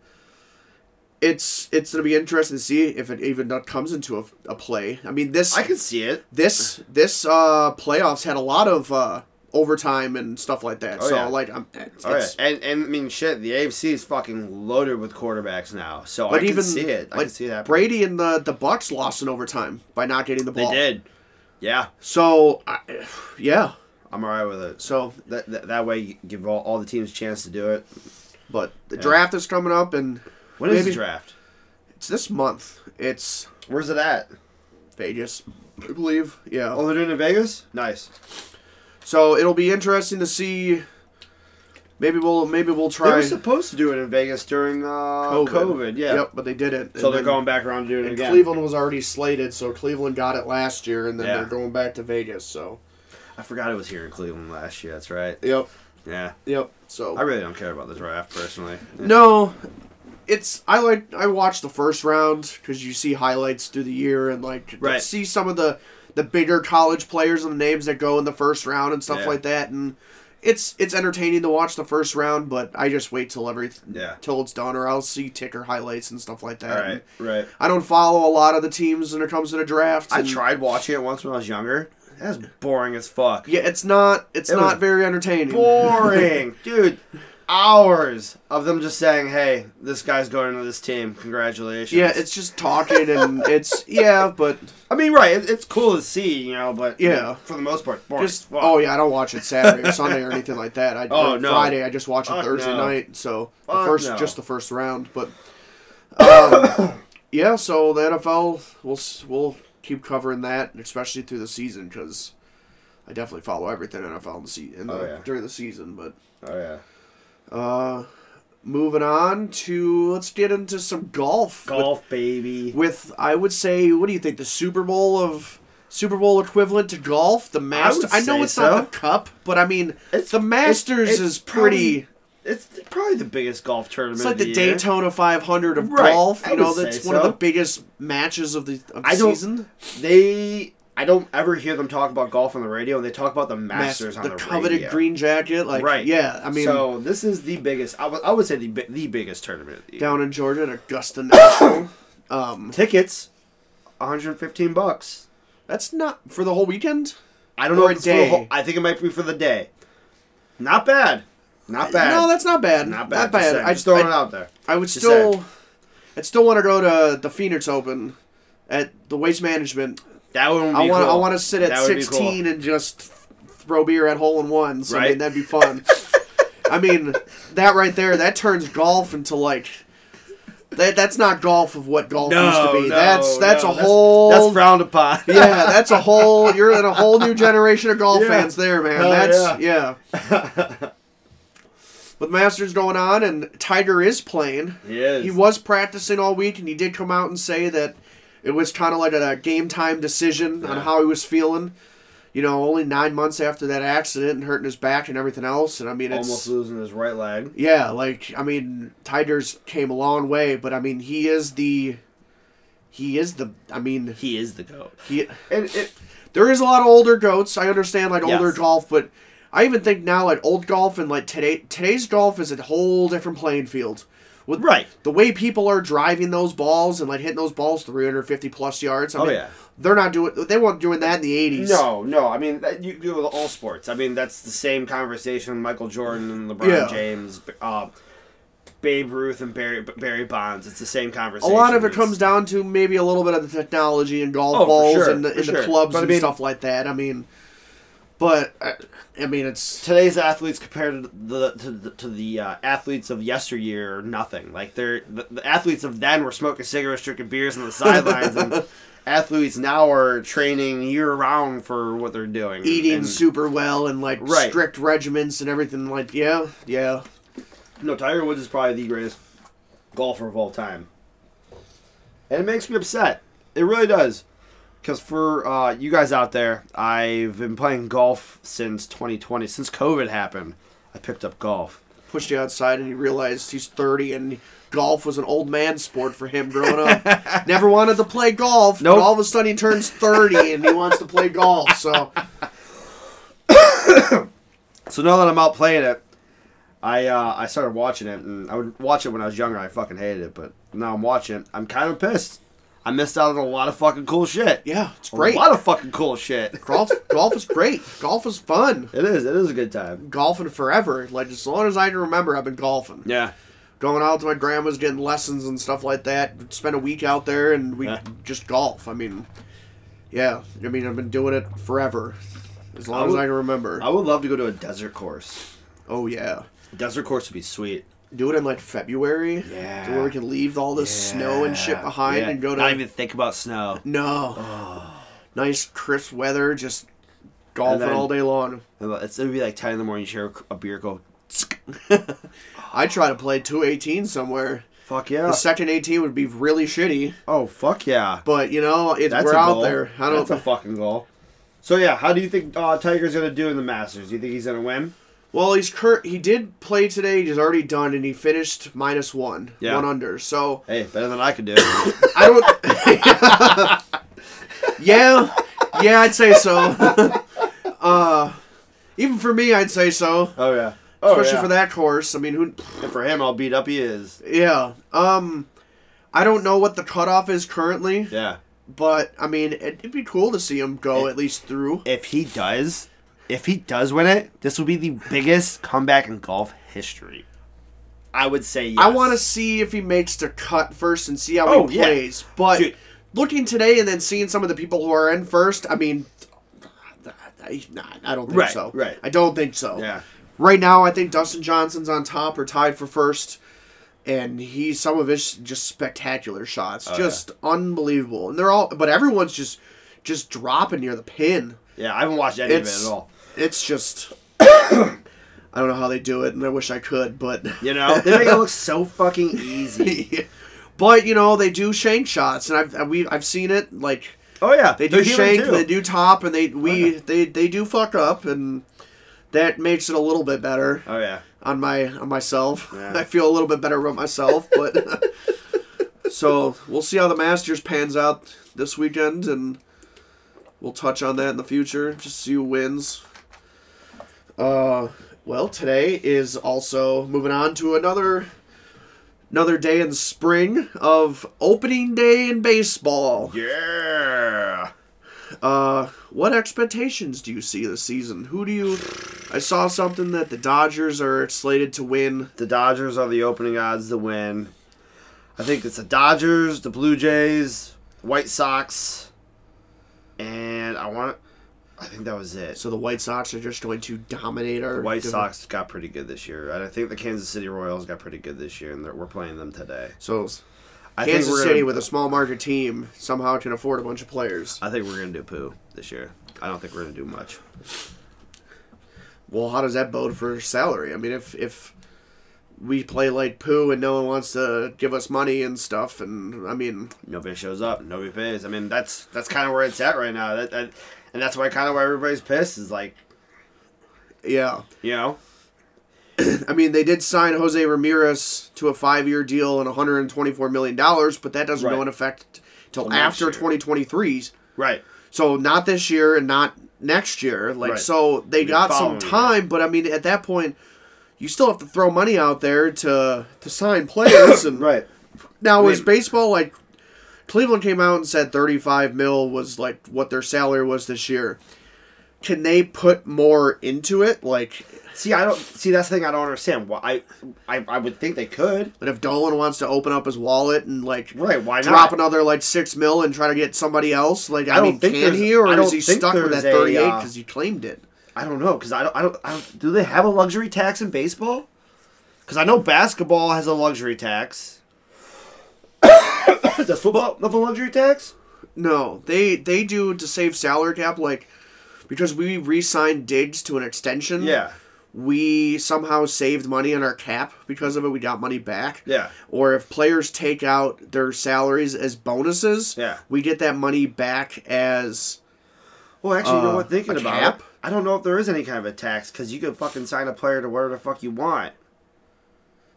Speaker 1: it's it's gonna be interesting to see if it even comes into a, a play. I mean this
Speaker 2: I can see it.
Speaker 1: this this uh playoffs had a lot of uh overtime and stuff like that.
Speaker 2: Oh,
Speaker 1: so
Speaker 2: yeah.
Speaker 1: like I'm, it's,
Speaker 2: All right. And and I mean, shit. The AFC is fucking loaded with quarterbacks now, so I
Speaker 1: But
Speaker 2: can
Speaker 1: even
Speaker 2: see it. I
Speaker 1: like,
Speaker 2: can see that.
Speaker 1: Brady and the the Bucks lost in overtime by not getting the
Speaker 2: they
Speaker 1: ball.
Speaker 2: did. Yeah,
Speaker 1: So, I, yeah.
Speaker 2: I'm alright with it.
Speaker 1: So,
Speaker 2: That, that, that way, you give all, all the teams a chance to do it.
Speaker 1: but the draft is coming up, and
Speaker 2: When is the
Speaker 1: Maybe-
Speaker 2: draft?
Speaker 1: it's this month. It's
Speaker 2: Where's it at?
Speaker 1: Vegas, I believe. Yeah.
Speaker 2: Oh, they're doing it in Vegas. Nice.
Speaker 1: So it'll be interesting to see. Maybe we'll maybe we'll
Speaker 2: They
Speaker 1: try
Speaker 2: were supposed to do it in Vegas during uh, COVID. Yeah.
Speaker 1: Yep, but they did it.
Speaker 2: So
Speaker 1: And
Speaker 2: they're
Speaker 1: then-
Speaker 2: going back around to do it
Speaker 1: And
Speaker 2: again.
Speaker 1: Cleveland was already slated, so Cleveland got it last year, and then
Speaker 2: Yeah.
Speaker 1: they're going back to Vegas. So.
Speaker 2: I forgot it was here in Cleveland last year. That's right.
Speaker 1: Yep.
Speaker 2: Yeah.
Speaker 1: Yep. So.
Speaker 2: I really don't care about the draft personally.
Speaker 1: No, it's I like I watch the first round because you see highlights through the year and like
Speaker 2: Right.
Speaker 1: see some of the the bigger college players and the names that go in the first round and stuff
Speaker 2: Yeah.
Speaker 1: like that and. It's it's entertaining to watch the first round, but I just wait till every
Speaker 2: Yeah.
Speaker 1: till it's done, or I'll see ticker highlights and stuff like that.
Speaker 2: All
Speaker 1: And
Speaker 2: right. Right.
Speaker 1: I don't follow a lot of the teams when it comes to the draft.
Speaker 2: I
Speaker 1: and-
Speaker 2: tried watching it once when I was younger. That's boring as fuck.
Speaker 1: Yeah, it's not it's
Speaker 2: It was
Speaker 1: not very entertaining.
Speaker 2: Boring, dude. Hours of them just saying, "Hey, this guy's going to this team. Congratulations."
Speaker 1: yeah, it's just talking and it's yeah, but
Speaker 2: I mean, right. It, it's cool to see, you know, but
Speaker 1: Yeah.
Speaker 2: for the most part, boring. as
Speaker 1: Just
Speaker 2: fuck.
Speaker 1: oh yeah, I don't watch it Saturday or Sunday or anything like that. I
Speaker 2: Oh,
Speaker 1: or
Speaker 2: no.
Speaker 1: Friday. I just watch it
Speaker 2: Fuck
Speaker 1: Thursday
Speaker 2: no.
Speaker 1: night. So the
Speaker 2: Fuck
Speaker 1: first,
Speaker 2: no.
Speaker 1: just the first round. But um, yeah, so the NFL we'll s- we'll keep covering that, especially through the season because I definitely follow everything NFL in the season
Speaker 2: Oh, yeah.
Speaker 1: during the season. But
Speaker 2: oh yeah.
Speaker 1: uh, moving on to let's get into some golf. with-
Speaker 2: Golf, baby.
Speaker 1: with I would say, what do you think? The Super Bowl of Super Bowl equivalent to golf, the Masters.
Speaker 2: would
Speaker 1: I, know
Speaker 2: say
Speaker 1: it's not the
Speaker 2: so.
Speaker 1: Cup, but I mean,
Speaker 2: It's-
Speaker 1: the Masters
Speaker 2: it's- it's
Speaker 1: is pretty.
Speaker 2: It's probably the biggest golf tournament.
Speaker 1: it's like
Speaker 2: of
Speaker 1: the,
Speaker 2: the year.
Speaker 1: Daytona 500 of
Speaker 2: Right,
Speaker 1: golf.
Speaker 2: I
Speaker 1: You know,
Speaker 2: would
Speaker 1: that's
Speaker 2: say
Speaker 1: one of
Speaker 2: so.
Speaker 1: the biggest matches of the, of the
Speaker 2: I don't-
Speaker 1: season.
Speaker 2: They. I don't ever hear them talk about golf on the radio. They talk about the
Speaker 1: Mas-
Speaker 2: Masters on
Speaker 1: the,
Speaker 2: the,
Speaker 1: coveted
Speaker 2: radio.
Speaker 1: green jacket, like
Speaker 2: uh, Right.
Speaker 1: yeah. I mean,
Speaker 2: so this is the biggest. I would I would say the bi- the biggest tournament. Of the year.
Speaker 1: down in Georgia at Augusta National. Um,
Speaker 2: Tickets, one hundred fifteen bucks.
Speaker 1: That's not for the whole weekend.
Speaker 2: I don't
Speaker 1: Or
Speaker 2: know.
Speaker 1: a
Speaker 2: if it's for the
Speaker 1: day.
Speaker 2: whole- I think it might be for the day. Not bad. Not bad.
Speaker 1: No, that's not bad.
Speaker 2: not bad. Just saying.
Speaker 1: I
Speaker 2: just throwing
Speaker 1: I-
Speaker 2: it out there.
Speaker 1: I would
Speaker 2: Just
Speaker 1: still, I'd still want to go to the Phoenix Open at the Waste Management.
Speaker 2: That one. Would be
Speaker 1: I want,
Speaker 2: Cool.
Speaker 1: I want to sit at
Speaker 2: That would be cool.
Speaker 1: sixteen and just throw beer at hole in ones. I
Speaker 2: Right.
Speaker 1: mean, that'd be fun. I mean, that right there, that turns golf into like. That, that's not golf of what golf used to be. that's that's a whole
Speaker 2: That's frowned upon.
Speaker 1: yeah. That's a whole. You're in a whole new generation of golf
Speaker 2: Yeah.
Speaker 1: fans there, man.
Speaker 2: Hell
Speaker 1: that's yeah. With Masters going on and Tiger is playing.
Speaker 2: he is.
Speaker 1: He was practicing all week, and he did come out and say that it was kind of like a game time decision on
Speaker 2: Yeah.
Speaker 1: how he was feeling. You know, only nine months after that accident and hurting his back and everything else, and I mean, it's
Speaker 2: almost losing his right leg.
Speaker 1: yeah, like I mean, Tigers came a long way, but I mean, he is the, he is the. I mean,
Speaker 2: He is the goat.
Speaker 1: he
Speaker 2: And it,
Speaker 1: there is a lot of older goats. I understand like older
Speaker 2: Yes.
Speaker 1: golf, but I even think now like old golf and like today today's golf is a whole different playing field. With
Speaker 2: Right.
Speaker 1: the way people are driving those balls and like hitting those balls 350 plus yards. I
Speaker 2: Oh,
Speaker 1: mean,
Speaker 2: yeah.
Speaker 1: they're not doing they weren't doing that in the 80s.
Speaker 2: No, no. I mean, that, you do it with all sports. I mean, that's the same conversation. Michael Jordan and LeBron
Speaker 1: Yeah.
Speaker 2: James, uh, Babe Ruth and Barry Barry Bonds. It's the same
Speaker 1: A
Speaker 2: conversation.
Speaker 1: lot of it
Speaker 2: It's-
Speaker 1: comes down to maybe a little bit of the technology and golf
Speaker 2: Oh, for
Speaker 1: balls
Speaker 2: sure,
Speaker 1: and the,
Speaker 2: for
Speaker 1: and
Speaker 2: sure.
Speaker 1: the clubs
Speaker 2: But I
Speaker 1: and
Speaker 2: mean-
Speaker 1: stuff like that. I mean, but I, I mean it's
Speaker 2: today's athletes compared to the to the, to the uh, athletes of yesteryear are nothing. Like they're the, the athletes of then were smoking cigarettes, drinking beers on the sidelines, and athletes now are training year round for what they're doing.
Speaker 1: eating
Speaker 2: And-
Speaker 1: super well and like
Speaker 2: Right.
Speaker 1: strict regimens and everything. Like yeah, yeah.
Speaker 2: No, Tiger Woods is probably the greatest golfer of all time. And it makes me upset. It really does. Because for uh, you guys out there, I've been playing golf since 2020. Since COVID happened, I picked up golf.
Speaker 1: pushed you outside and he realized he's 30 and golf was an old man sport for him growing up. Never wanted to play golf,
Speaker 2: Nope.
Speaker 1: but all of a sudden he turns 30 and he wants to play golf. So,
Speaker 2: So now that I'm out playing it, I uh, I started watching it, and I would watch it when I was younger. I fucking hated it, but now I'm watching. it. I'm kind of pissed. I missed out on a lot of fucking cool shit.
Speaker 1: yeah, it's
Speaker 2: a
Speaker 1: great.
Speaker 2: lot of fucking cool shit.
Speaker 1: golf golf is great. Golf is fun.
Speaker 2: It is. It is a good time.
Speaker 1: Golfing forever. Like as long as I can remember I've been golfing.
Speaker 2: Yeah.
Speaker 1: Going out to my grandma's getting lessons and stuff like that. Spend a week out there and we
Speaker 2: Yeah.
Speaker 1: just golf. I mean, yeah, I mean I've been doing it forever. As long
Speaker 2: I
Speaker 1: as
Speaker 2: would-
Speaker 1: I can remember.
Speaker 2: I would love to go to a desert course.
Speaker 1: oh yeah.
Speaker 2: Desert course would be sweet.
Speaker 1: do it in like February.
Speaker 2: Yeah.
Speaker 1: To where we can leave all this snow and shit behind and go to
Speaker 2: Not even think about snow.
Speaker 1: no nice crisp weather, just golfing
Speaker 2: then-
Speaker 1: all day long.
Speaker 2: It's it'd be like ten in the morning. You share a beer, go. "Tsk."
Speaker 1: I try to play two eighteen somewhere.
Speaker 2: Fuck yeah.
Speaker 1: The second eighteen would be really shitty,
Speaker 2: Oh fuck yeah.
Speaker 1: but you know it's
Speaker 2: That's
Speaker 1: we're
Speaker 2: a
Speaker 1: out
Speaker 2: goal.
Speaker 1: there. I don't.
Speaker 2: That's a fucking goal. So yeah, how do you think uh, Tiger's gonna do in the Masters? Do you think he's gonna win?
Speaker 1: well, he's cur- he did play today. He's already done, and he finished minus one,
Speaker 2: Yeah.
Speaker 1: one under. So
Speaker 2: Hey, better than I could do.
Speaker 1: I don't. yeah, yeah, I'd say so. uh, even for me, I'd say so.
Speaker 2: oh yeah. Oh,
Speaker 1: especially
Speaker 2: yeah.
Speaker 1: for that course. I mean, who?
Speaker 2: And for him, I'll beat up he is.
Speaker 1: Yeah. Um, I don't know what the cutoff is currently,
Speaker 2: Yeah.
Speaker 1: but I mean, it, it'd be cool to see him go at least through.
Speaker 2: If he does, if he does win it, this will be the biggest comeback in golf history. I would say. Yes.
Speaker 1: I want to see if he makes the cut first and see how
Speaker 2: Oh,
Speaker 1: he
Speaker 2: yeah.
Speaker 1: plays. But
Speaker 2: Dude.
Speaker 1: looking today and then seeing some of the people who are in first, I mean, I, I don't think
Speaker 2: Right,
Speaker 1: so.
Speaker 2: right.
Speaker 1: I don't think so.
Speaker 2: Yeah.
Speaker 1: Right now, I think Dustin Johnson's on top or tied for first, and he's some of his just spectacular shots, just unbelievable. And they're all, but everyone's just just dropping near the pin.
Speaker 2: Yeah, I haven't watched any
Speaker 1: It's-
Speaker 2: of it at all.
Speaker 1: It's just, I don't know how they do it, and I wish I could, but
Speaker 2: You know, they make it look so fucking easy.
Speaker 1: but you know they do shank shots, and I've I- we I've seen it like
Speaker 2: Oh yeah,
Speaker 1: they do Oh, shank, they do top, and they we
Speaker 2: yeah.
Speaker 1: they they do fuck up, and that makes it a little bit better.
Speaker 2: Oh yeah,
Speaker 1: on my on myself.
Speaker 2: Yeah.
Speaker 1: I feel a little bit better about myself, but so we'll see how the Masters pans out this weekend, and we'll touch on that in the future. Just see who wins. Uh, well, today is also moving on to another another day in spring of opening day in baseball.
Speaker 2: yeah.
Speaker 1: Uh, what expectations do you see this season? Who do you? I saw something that the Dodgers are slated to win.
Speaker 2: The Dodgers are the opening odds to win. I think it's the Dodgers, the Blue Jays, White Sox, and I want. I think that was it.
Speaker 1: So the White Sox are just going to dominate our
Speaker 2: The White
Speaker 1: divi-
Speaker 2: Sox got pretty good this year, and I think the Kansas City Royals got pretty good this year, and they're- we're playing them today.
Speaker 1: So
Speaker 2: I
Speaker 1: Kansas
Speaker 2: think we're
Speaker 1: City
Speaker 2: gonna,
Speaker 1: with a small market team somehow can afford a bunch of players.
Speaker 2: I think we're gonna do poo this year. I don't think we're gonna do much.
Speaker 1: Well, how does that bode for salary? I mean, if if we play like poo and no one wants to give us money and stuff, and I mean,
Speaker 2: Nobody shows up. Nobody pays. I mean, that's that's kind of where it's at right now. That, that and that's why kind of why everybody's pissed is like
Speaker 1: yeah.
Speaker 2: you know
Speaker 1: I mean, they did sign Jose Ramirez to a five-year deal and 124 million dollars, but that doesn't go
Speaker 2: Right.
Speaker 1: in effect till
Speaker 2: Till next
Speaker 1: after
Speaker 2: year.
Speaker 1: 2023.
Speaker 2: right.
Speaker 1: So not this year and not next year. Like
Speaker 2: Right.
Speaker 1: so, they
Speaker 2: The
Speaker 1: got some
Speaker 2: following year.
Speaker 1: time, but I mean, at that point, you still have to throw money out there to to sign players. and
Speaker 2: Right.
Speaker 1: now
Speaker 2: I
Speaker 1: is
Speaker 2: mean-
Speaker 1: baseball like? Cleveland came out and said 35 mil was like what their salary was this year. Can they put more into it? Like,
Speaker 2: See, I don't see that's the thing I don't understand. Why I, I I would think they could.
Speaker 1: but if Dolan wants to open up his wallet and like
Speaker 2: Right? Why not?
Speaker 1: drop another like six mil and try to get somebody else? Like, I,
Speaker 2: I don't
Speaker 1: mean,
Speaker 2: think
Speaker 1: can
Speaker 2: there's-
Speaker 1: he or
Speaker 2: I
Speaker 1: is
Speaker 2: don't
Speaker 1: he
Speaker 2: think
Speaker 1: stuck with that
Speaker 2: there's a,
Speaker 1: 38
Speaker 2: uh,
Speaker 1: because he claimed it?
Speaker 2: I don't know because I don't, I don't I don't do they have a luxury tax in baseball? Because I know basketball has a luxury tax. Does football have a luxury tax?
Speaker 1: No, they they do to save salary cap like because we re-signed Diggs to an extension. we somehow saved money on our cap because of it. We got money back.
Speaker 2: Yeah.
Speaker 1: Or if players take out their salaries as bonuses,
Speaker 2: Yeah.
Speaker 1: we get that money back as
Speaker 2: Well, actually, you know
Speaker 1: Uh,
Speaker 2: what? Thinking
Speaker 1: a
Speaker 2: about
Speaker 1: cap?
Speaker 2: it, I don't know if there is any kind of a tax because you can fucking sign a player to whatever the fuck you want.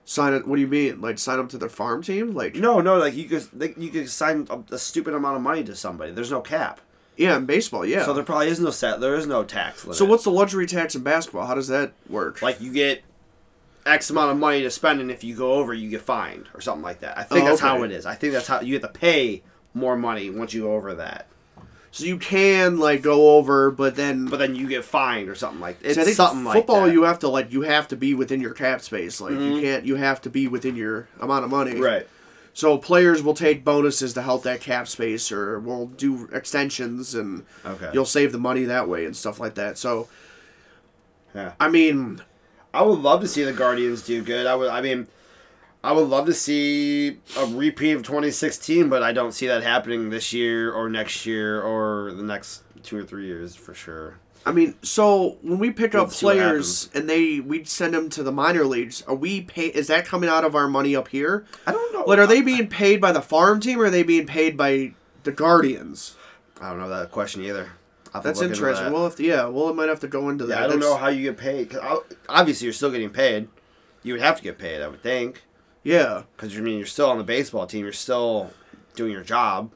Speaker 1: sign it. What do you mean? Like sign up to their farm team? Like
Speaker 2: No, no, like you could like, you could sign a, a stupid amount of money to somebody. There's no cap,
Speaker 1: yeah, in baseball, yeah.
Speaker 2: so
Speaker 1: So,
Speaker 2: there probably is no set. There is no tax limit.
Speaker 1: what's the luxury tax in basketball? How does that work?
Speaker 2: like you get X amount of money to spend, and if you go over, you get fined or something like that. I think
Speaker 1: Oh,
Speaker 2: that's how
Speaker 1: okay.
Speaker 2: it is. I think that's how you have to pay more money once you go over that,
Speaker 1: so you can like go over, but then
Speaker 2: but then you get fined or something like it's
Speaker 1: See, I think
Speaker 2: something like
Speaker 1: football.
Speaker 2: that. Mm-hmm.
Speaker 1: You have to like you have to be within your cap space. Like you can't. You have to be within your amount of money.
Speaker 2: right.
Speaker 1: So players will take bonuses to help that cap space, or will do extensions, and
Speaker 2: Okay.
Speaker 1: you'll save the money that way and stuff like that. So
Speaker 2: Yeah.
Speaker 1: I mean,
Speaker 2: I would love to see the Guardians do good. I would. I mean, I would love to see a repeat of 2016, but I don't see that happening this year or next year or the next two or three years for sure.
Speaker 1: I mean. So when we pick up
Speaker 2: We'll see what
Speaker 1: players and they we send them to the minor leagues, are we pay? Is that coming out of our money up here?
Speaker 2: I don't know.
Speaker 1: Like, are they being paid by the farm team, or are they being paid by the Guardians?
Speaker 2: I don't know that question either. I'll have to
Speaker 1: That's
Speaker 2: look into
Speaker 1: interesting.
Speaker 2: that.
Speaker 1: We'll have to, yeah, well, it might have to go into that.
Speaker 2: Yeah, I don't
Speaker 1: That's-
Speaker 2: know how you get paid. 'cause I- obviously, you're still getting paid. You would have to get paid, I would think,
Speaker 1: Yeah.
Speaker 2: because you mean you're still on the baseball team. You're still doing your job.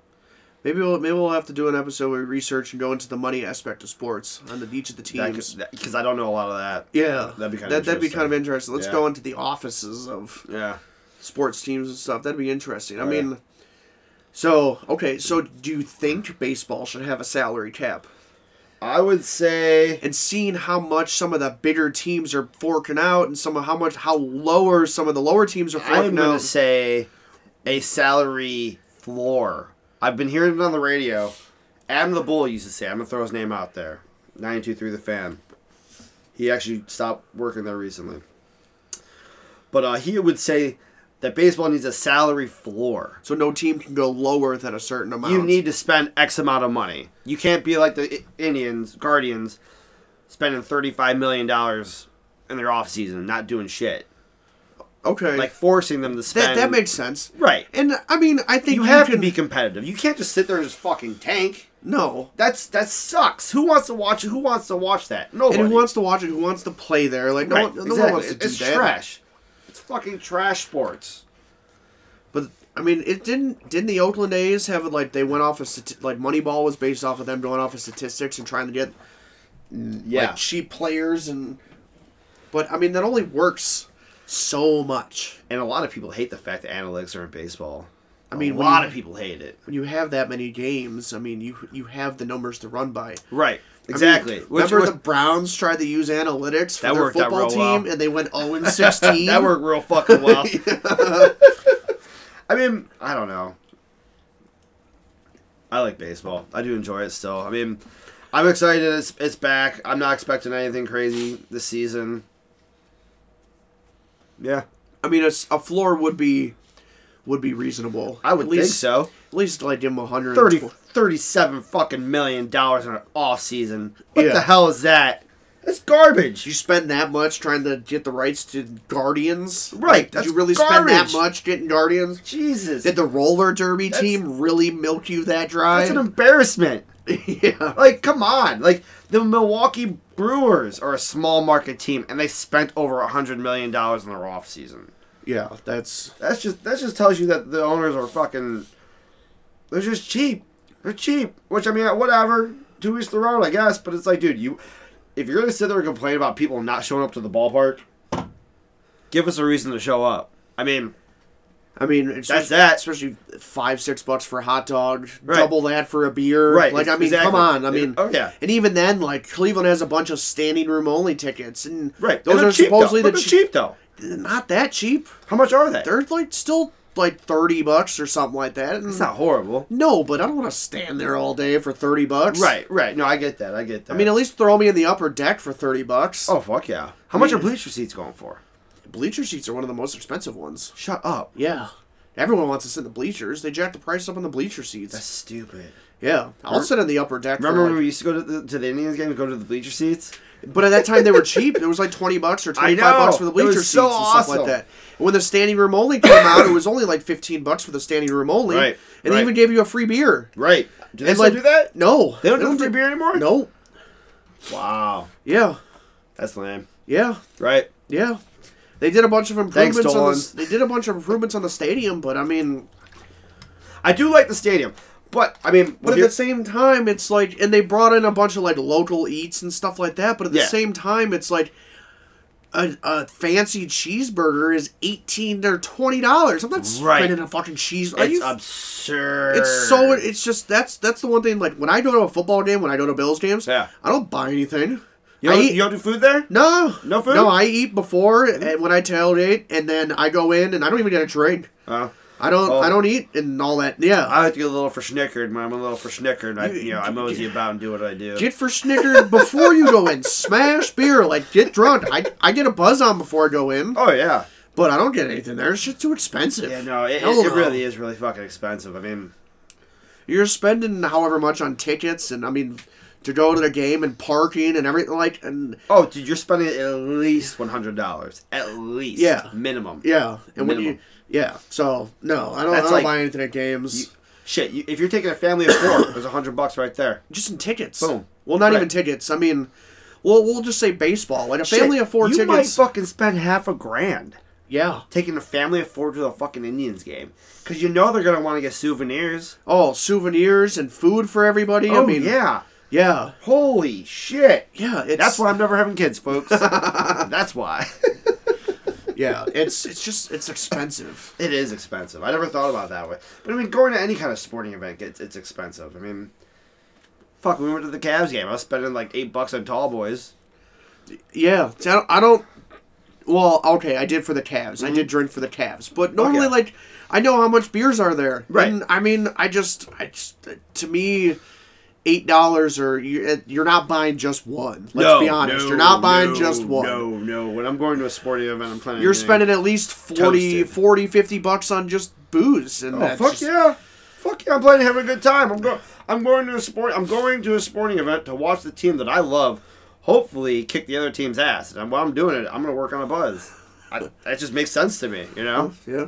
Speaker 1: Maybe we'll maybe we'll have to do an episode where we research and go into the money aspect of sports on the each of the teams.
Speaker 2: Because I don't know a lot of that.
Speaker 1: yeah,
Speaker 2: that'd be kinda
Speaker 1: that, that'd be kind of interesting.
Speaker 2: interesting.
Speaker 1: Let's
Speaker 2: Yeah.
Speaker 1: go into the offices of
Speaker 2: Yeah.
Speaker 1: sports teams and stuff. That'd be interesting. I
Speaker 2: Oh, yeah.
Speaker 1: mean, so okay, so do you think baseball should have a salary cap?
Speaker 2: I would say
Speaker 1: And seeing how much some of the bigger teams are forking out, and some of how much how lower some of the lower teams are
Speaker 2: I'm
Speaker 1: forking
Speaker 2: going
Speaker 1: out.
Speaker 2: to say a salary floor. I've been hearing it on the radio. Adam the Bull used to say, I'm going to throw his name out there. 92 through the fan. He actually stopped working there recently. But uh, he would say that baseball needs a salary floor.
Speaker 1: so no team can go lower than a certain amount.
Speaker 2: You need to spend X amount of money. You can't be like the I- Indians, Guardians, spending $35 million in their offseason, not doing shit.
Speaker 1: okay.
Speaker 2: Like forcing them to
Speaker 1: that
Speaker 2: spend.
Speaker 1: that makes sense.
Speaker 2: Right.
Speaker 1: And I mean, I think
Speaker 2: you, have
Speaker 1: can,
Speaker 2: to be competitive. You can't just sit there and just fucking tank.
Speaker 1: no.
Speaker 2: That's that sucks. Who wants to watch? Who wants to watch that? Nobody.
Speaker 1: And who wants to watch it? Who wants to play there? Like no,
Speaker 2: Right,
Speaker 1: one, no
Speaker 2: exactly.
Speaker 1: one wants to do
Speaker 2: it's
Speaker 1: that.
Speaker 2: trash. It's fucking trash sports.
Speaker 1: But I mean, it didn't. Didn't the Oakland A's have like they went off of stati- like Moneyball was based off of them going off of statistics and trying to get
Speaker 2: Yeah.
Speaker 1: like cheap players and. But I mean, that only works so much.
Speaker 2: and a lot of people hate the fact that analytics are in baseball.
Speaker 1: I mean,
Speaker 2: a
Speaker 1: when
Speaker 2: lot
Speaker 1: you-
Speaker 2: of people hate it.
Speaker 1: When you have that many games, I mean, you you have the numbers to run by.
Speaker 2: Right.
Speaker 1: I mean,
Speaker 2: Exactly. Which-
Speaker 1: remember
Speaker 2: which-
Speaker 1: the Browns tried to use analytics for
Speaker 2: That
Speaker 1: their
Speaker 2: worked out
Speaker 1: football
Speaker 2: real
Speaker 1: team,
Speaker 2: well.
Speaker 1: and they went zero and sixteen.
Speaker 2: that worked real fucking well. I mean, I don't know. I like baseball. I do enjoy it still. I mean, I'm excited. It's, it's back. I'm not expecting anything crazy this season. Yeah,
Speaker 1: I mean, a, s- a floor would be would be reasonable.
Speaker 2: I would
Speaker 1: at
Speaker 2: think
Speaker 1: least,
Speaker 2: so.
Speaker 1: At least like give him a hundred.
Speaker 2: 30, 37 fucking million dollars in an off season. What
Speaker 1: Yeah.
Speaker 2: the hell is that? That's garbage.
Speaker 1: Did you spend that much trying to get the rights to Guardians?
Speaker 2: Right,
Speaker 1: Like, did
Speaker 2: that's
Speaker 1: you really spend that
Speaker 2: garbage.
Speaker 1: much getting Guardians?
Speaker 2: Jesus,
Speaker 1: Did the roller derby
Speaker 2: That's-
Speaker 1: team really milk you that
Speaker 2: that's
Speaker 1: dry?
Speaker 2: an embarrassment.
Speaker 1: yeah.
Speaker 2: Like, come on. Like, the Milwaukee Brewers are a small market team, and they spent over a hundred million dollars in their off season.
Speaker 1: Yeah, that's
Speaker 2: That's just that just tells you that the owners are fucking. They're just cheap. They're cheap. Which I mean, whatever. Two weeks to the road, I guess. But it's like, dude, you if you're gonna sit there and complain about people not showing up to the ballpark, give us a reason to show up. I mean,
Speaker 1: I mean, it's just-
Speaker 2: That's that.
Speaker 1: Especially five, six bucks for a hot dog,
Speaker 2: Right.
Speaker 1: double that for a beer.
Speaker 2: right?
Speaker 1: Like, I mean,
Speaker 2: exactly.
Speaker 1: come on. I mean,
Speaker 2: oh yeah,
Speaker 1: and even then, like Cleveland has a bunch of standing room only tickets, and
Speaker 2: right.
Speaker 1: those
Speaker 2: They're
Speaker 1: are
Speaker 2: cheap, though.
Speaker 1: supposedly the
Speaker 2: But they're
Speaker 1: cheap.
Speaker 2: cheap though.
Speaker 1: Not that cheap.
Speaker 2: How much are they?
Speaker 1: They're like still like thirty bucks or something like that. and-
Speaker 2: It's not horrible.
Speaker 1: No, but I don't want to stand there all day for thirty bucks.
Speaker 2: Right, right. No, I get that. I get that.
Speaker 1: I mean, at least throw me in the upper deck for thirty bucks.
Speaker 2: oh fuck yeah! How much are bleacher seats going for?
Speaker 1: Bleacher seats are one of the most expensive ones.
Speaker 2: Shut up.
Speaker 1: Yeah. Everyone wants to sit in the bleachers. They jack the price up on the bleacher seats.
Speaker 2: That's stupid.
Speaker 1: yeah, I'll sit in the upper deck. for,
Speaker 2: Remember
Speaker 1: like-
Speaker 2: when we used to go to the, to the Indians games, go to the bleacher seats?
Speaker 1: But at that time, they were cheap. It was like twenty bucks or
Speaker 2: I
Speaker 1: twenty five bucks
Speaker 2: know.
Speaker 1: for the
Speaker 2: It was
Speaker 1: bleacher seats
Speaker 2: so
Speaker 1: and stuff
Speaker 2: awesome.
Speaker 1: like that. And when the standing room only came out, it was only like fifteen bucks for the standing room only,
Speaker 2: Right,
Speaker 1: and
Speaker 2: right.
Speaker 1: they even gave you a free beer.
Speaker 2: Right. Do they
Speaker 1: And,
Speaker 2: still
Speaker 1: like-
Speaker 2: do that?
Speaker 1: No,
Speaker 2: They don't do free beer anymore.
Speaker 1: No.
Speaker 2: Wow,
Speaker 1: Yeah.
Speaker 2: that's lame.
Speaker 1: Yeah.
Speaker 2: Right.
Speaker 1: Yeah. They did a bunch of improvements
Speaker 2: Thanks,
Speaker 1: on
Speaker 2: Dolan.
Speaker 1: the, they did a bunch of improvements on the stadium, but I mean
Speaker 2: I do like the stadium, but I mean,
Speaker 1: but
Speaker 2: if
Speaker 1: at
Speaker 2: you're-
Speaker 1: the same time it's like and they brought in a bunch of like local eats and stuff like that, but at the
Speaker 2: Yeah.
Speaker 1: same time it's like a, a fancy cheeseburger is eighteen or twenty dollars. I'm not
Speaker 2: Right.
Speaker 1: spending a fucking cheese. Are
Speaker 2: it's
Speaker 1: you,
Speaker 2: absurd.
Speaker 1: it's so it's just that's that's the one thing like when I go to a football game, when I go to Bills games,
Speaker 2: Yeah.
Speaker 1: I don't buy anything.
Speaker 2: you
Speaker 1: I
Speaker 2: don't,
Speaker 1: eat-
Speaker 2: you don't do food there?
Speaker 1: No,
Speaker 2: No food?
Speaker 1: No, I eat before and when I tailgate, and then I go in and I don't even get a drink.
Speaker 2: Uh,
Speaker 1: I don't.
Speaker 2: Oh.
Speaker 1: I don't eat and all that. Yeah,
Speaker 2: I like to get a little for snickered. When I'm a little for snickered, I, you know, I mosey about and do what I do.
Speaker 1: get for Snickers before you go in. Smash beer, like get drunk. I, I get a buzz on before I go in,
Speaker 2: oh yeah.
Speaker 1: but I don't get anything there. It's just too expensive.
Speaker 2: Yeah, no, it, it,
Speaker 1: Hell
Speaker 2: it
Speaker 1: no.
Speaker 2: really is really fucking expensive. I mean,
Speaker 1: You're spending however much on tickets, and I mean, to go to the game and parking and everything like and
Speaker 2: oh, dude, you're spending at least one hundred dollars, at least,
Speaker 1: Yeah.
Speaker 2: minimum.
Speaker 1: yeah, and when you
Speaker 2: Minimum.
Speaker 1: yeah, so no, I don't. I
Speaker 2: That's
Speaker 1: don't
Speaker 2: like-
Speaker 1: buy anything at games.
Speaker 2: Shit, you, if you're taking a family of four, there's a hundred bucks right there.
Speaker 1: Just in tickets.
Speaker 2: Boom.
Speaker 1: Well, not
Speaker 2: Right.
Speaker 1: even tickets. I mean, well, we'll just say baseball. Like a family
Speaker 2: Shit,
Speaker 1: of four
Speaker 2: you might
Speaker 1: tickets.
Speaker 2: fucking spend half a grand
Speaker 1: yeah.
Speaker 2: taking a family of four to the fucking Indians game because you know they're gonna want to get souvenirs.
Speaker 1: Oh, souvenirs and food for everybody.
Speaker 2: Oh
Speaker 1: I mean,
Speaker 2: yeah,
Speaker 1: yeah,
Speaker 2: holy shit.
Speaker 1: yeah. It's,
Speaker 2: That's why I'm never having kids, folks. That's why
Speaker 1: Yeah, it's it's just it's expensive.
Speaker 2: it is expensive. I never thought about it that way. But I mean, going to any kind of sporting event, it's it's expensive. I mean, fuck, we went to the Cavs game. I was spending like eight bucks on tall boys.
Speaker 1: Yeah, so I don't. I don't well, okay, I did for the Cavs. I
Speaker 2: Mhm.
Speaker 1: did drink for the Cavs, but normally,
Speaker 2: yeah.
Speaker 1: like, I know how much beers are there.
Speaker 2: Right.
Speaker 1: And, I mean, I just, I just, to me, eight dollars or you, eh, you're not buying just one. Let's be honest, you're not buying
Speaker 2: no,
Speaker 1: just one.
Speaker 2: No, no. When I'm going to a sporting event, I'm planning.
Speaker 1: You're
Speaker 2: anything.
Speaker 1: spending at least 40,
Speaker 2: Toasted.
Speaker 1: 40, 50 bucks on just booze, and
Speaker 2: Oh
Speaker 1: that's
Speaker 2: fuck
Speaker 1: just-
Speaker 2: yeah, fuck yeah! I'm playing, having a good time. I'm going. I'm going to a sport. I'm going to a sporting event to watch the team that I love. Hopefully, kick the other team's ass. And while I'm doing it, I'm gonna work on a buzz. I, that just makes sense to me, you know.
Speaker 1: yeah.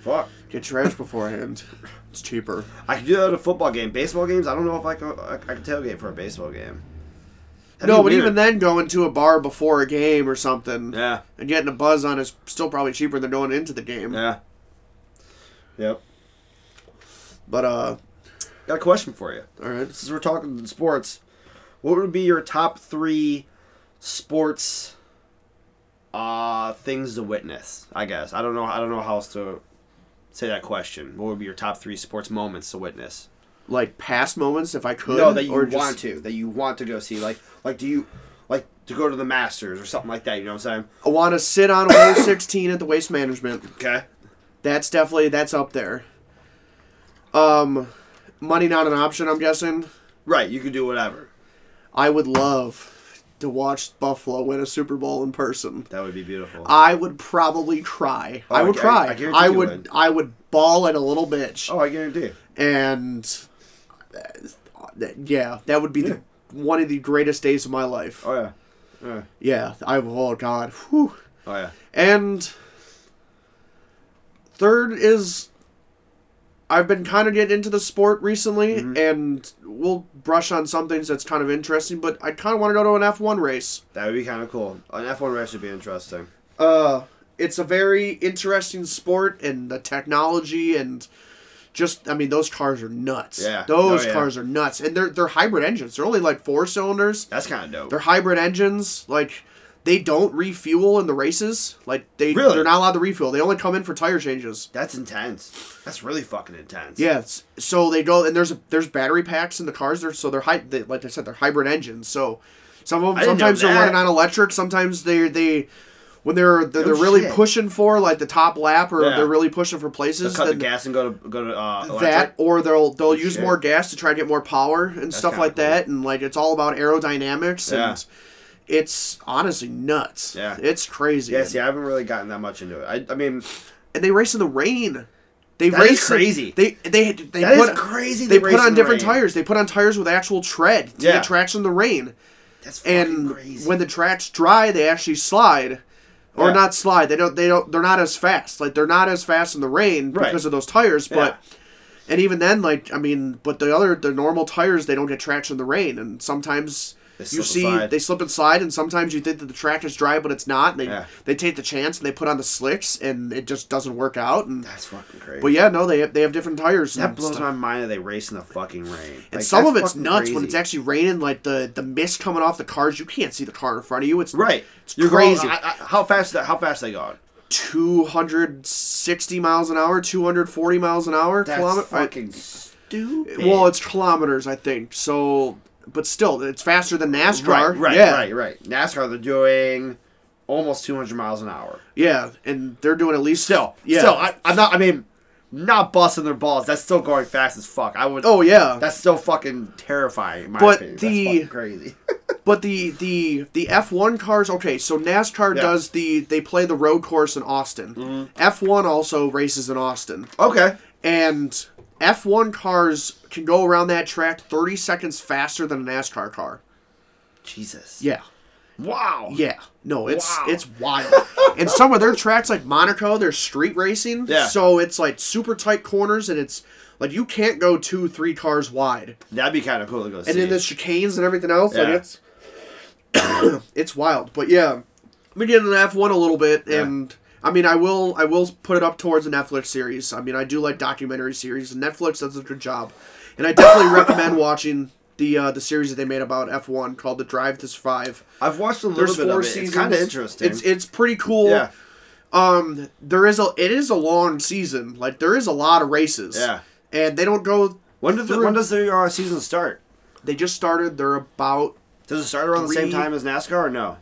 Speaker 2: Fuck,
Speaker 1: Get trash beforehand. It's cheaper.
Speaker 2: I can do that at a football game. Baseball games, I don't know if I can. I, I can tailgate for a baseball game. That'd
Speaker 1: no, but
Speaker 2: be weird.
Speaker 1: even then, going to a bar before a game or something
Speaker 2: Yeah,
Speaker 1: and getting a buzz on is still probably cheaper than going into the game.
Speaker 2: yeah, yep.
Speaker 1: But uh,
Speaker 2: Got a question for you.
Speaker 1: all right.
Speaker 2: Since we're talking sports, what would be your top three sports uh things to witness? I guess I don't know. I don't know how else to say that question. What would be your top three sports moments to witness?
Speaker 1: Like past moments, if I could.
Speaker 2: no, that you
Speaker 1: or
Speaker 2: want
Speaker 1: just-
Speaker 2: to, that you want to go see. Like, like do you like to go to the Masters or something like that? You know what I'm saying?
Speaker 1: I want to sit on 116 at the waste management.
Speaker 2: Okay.
Speaker 1: That's definitely that's up there. Um, money not an option. I'm guessing.
Speaker 2: Right. You can do whatever.
Speaker 1: I would love to watch Buffalo win a Super Bowl in person.
Speaker 2: That would be beautiful.
Speaker 1: I would probably cry.
Speaker 2: Oh,
Speaker 1: I would
Speaker 2: I- I- I
Speaker 1: cry.
Speaker 2: guarantee
Speaker 1: I,
Speaker 2: you
Speaker 1: would,
Speaker 2: would.
Speaker 1: I would ball at a little bitch.
Speaker 2: oh, I guarantee.
Speaker 1: And uh, that- yeah, that would be
Speaker 2: Yeah.
Speaker 1: the one of the greatest days of my life.
Speaker 2: Oh yeah. Yeah.
Speaker 1: Yeah, I oh god. Whew.
Speaker 2: Oh yeah.
Speaker 1: And third is I've been kind of getting into the sport recently,
Speaker 2: Mm-hmm.
Speaker 1: and we'll brush on some things that's kind of interesting. But I kind of want to go to an F one race.
Speaker 2: That would be kind of cool. An F1 race would be interesting.
Speaker 1: Uh, it's a very interesting sport, and the technology and just I mean those cars are nuts.
Speaker 2: Yeah.
Speaker 1: those
Speaker 2: Oh, yeah.
Speaker 1: cars are nuts, and they're they're hybrid engines. They're only like four cylinders.
Speaker 2: That's kind of dope.
Speaker 1: They're hybrid engines. Like they don't refuel in the races. Like they
Speaker 2: Really?
Speaker 1: they're not allowed to refuel. They only come in for tire changes.
Speaker 2: That's intense. That's really fucking intense.
Speaker 1: Yeah. s- So they go and there's a, there's battery packs in the cars. They're, so they're hy- they, like I said they're hybrid engines. So some of them
Speaker 2: didn't know
Speaker 1: sometimes they're
Speaker 2: that.
Speaker 1: running on electric. Sometimes they they when they're they're,
Speaker 2: No
Speaker 1: they're really
Speaker 2: shit.
Speaker 1: pushing for like the top lap or
Speaker 2: Yeah.
Speaker 1: they're really pushing for
Speaker 2: Just
Speaker 1: places.
Speaker 2: cut the
Speaker 1: Then
Speaker 2: gas and go to go to uh,
Speaker 1: that
Speaker 2: electric.
Speaker 1: or they'll they'll use
Speaker 2: shit.
Speaker 1: more gas to try to get more power and stuff
Speaker 2: kinda
Speaker 1: like that and like it's all about aerodynamics
Speaker 2: Yeah.
Speaker 1: and it's honestly nuts
Speaker 2: Yeah.
Speaker 1: it's crazy
Speaker 2: Yeah, see, I haven't really gotten that much into it. I, I mean,
Speaker 1: and they race in the rain they
Speaker 2: That is
Speaker 1: race in-
Speaker 2: crazy.
Speaker 1: they they they
Speaker 2: that is
Speaker 1: put
Speaker 2: crazy.
Speaker 1: they
Speaker 2: that race
Speaker 1: put
Speaker 2: in
Speaker 1: on
Speaker 2: the
Speaker 1: different
Speaker 2: rain.
Speaker 1: tires they put on tires with actual tread to
Speaker 2: Yeah.
Speaker 1: get traction in the rain
Speaker 2: That's fucking
Speaker 1: and
Speaker 2: crazy.
Speaker 1: when the track's dry they actually slide or
Speaker 2: Yeah.
Speaker 1: not slide they don't they don't they're not as fast like they're not as fast in the rain
Speaker 2: Right.
Speaker 1: because of those tires but and even then like i mean but the other the normal tires they don't get traction in the rain and sometimes
Speaker 2: They slip
Speaker 1: you
Speaker 2: and
Speaker 1: see
Speaker 2: slide.
Speaker 1: they slip and slide and sometimes you think that the track is dry but it's not and they
Speaker 2: Yeah.
Speaker 1: they take the chance and they put on the slicks and it just doesn't work out and
Speaker 2: that's fucking crazy.
Speaker 1: but yeah no they have, they have different tires
Speaker 2: that
Speaker 1: and
Speaker 2: blows
Speaker 1: stuff.
Speaker 2: my mind that they race in the fucking rain.
Speaker 1: And
Speaker 2: Like,
Speaker 1: some
Speaker 2: that's
Speaker 1: of it's
Speaker 2: fucking
Speaker 1: nuts when
Speaker 2: crazy.
Speaker 1: it's actually raining, like the, the mist coming off the cars. You can't see the car in front of you. It's
Speaker 2: right.
Speaker 1: It's
Speaker 2: You're
Speaker 1: crazy.
Speaker 2: Going, I, I, how fast? How fast they going?
Speaker 1: 260 miles an hour, 240 miles an hour.
Speaker 2: That's
Speaker 1: kilomet-
Speaker 2: fucking stupid.
Speaker 1: well, it's kilometers, I think. So, but still, it's faster than NASCAR.
Speaker 2: right, right,
Speaker 1: yeah,
Speaker 2: right, right. NASCAR, they're doing almost 200 miles an hour.
Speaker 1: yeah, and they're doing at least
Speaker 2: Still,
Speaker 1: yeah.
Speaker 2: still, I, I'm not. I mean, not busting their balls. That's still going fast as fuck. I would.
Speaker 1: oh yeah,
Speaker 2: that's still fucking terrifying. In my
Speaker 1: But
Speaker 2: opinion.
Speaker 1: the-
Speaker 2: that's fucking crazy.
Speaker 1: but the the the F one cars. Okay, so NASCAR
Speaker 2: Yeah. Mm-hmm.
Speaker 1: does the they play the road course in Austin. F one also races in Austin.
Speaker 2: okay.
Speaker 1: and F1 cars can go around that track 30 seconds faster than a NASCAR car.
Speaker 2: Jesus.
Speaker 1: Yeah.
Speaker 2: Wow.
Speaker 1: Yeah. No, it's
Speaker 2: Wow.
Speaker 1: it's wild. and some of their tracks like Monaco, they're street racing.
Speaker 2: Yeah.
Speaker 1: So it's like super tight corners and it's like you can't go two, three cars wide.
Speaker 2: That'd be kind of cool to go see.
Speaker 1: And then the chicanes and everything else, like
Speaker 2: Yeah.
Speaker 1: it's it's wild. But yeah. We get into F one a little bit
Speaker 2: Yeah.
Speaker 1: and I mean I will I will put it up towards a Netflix series. I mean I do like documentary series and Netflix does a good job. And I definitely recommend watching the uh, the series that they made about F one called The Drive to Survive.
Speaker 2: I've watched a little
Speaker 1: There's
Speaker 2: bit
Speaker 1: four
Speaker 2: of it.
Speaker 1: seasons.
Speaker 2: It's kind of interesting.
Speaker 1: It's it's pretty cool.
Speaker 2: yeah.
Speaker 1: Um there is a it is a long season. Like there is a lot of races.
Speaker 2: Yeah.
Speaker 1: And they don't go
Speaker 2: When does the,
Speaker 1: through-
Speaker 2: when does the uh, season start?
Speaker 1: they just started they're about
Speaker 2: Does it start around the same
Speaker 1: Three-
Speaker 2: time as NASCAR or no?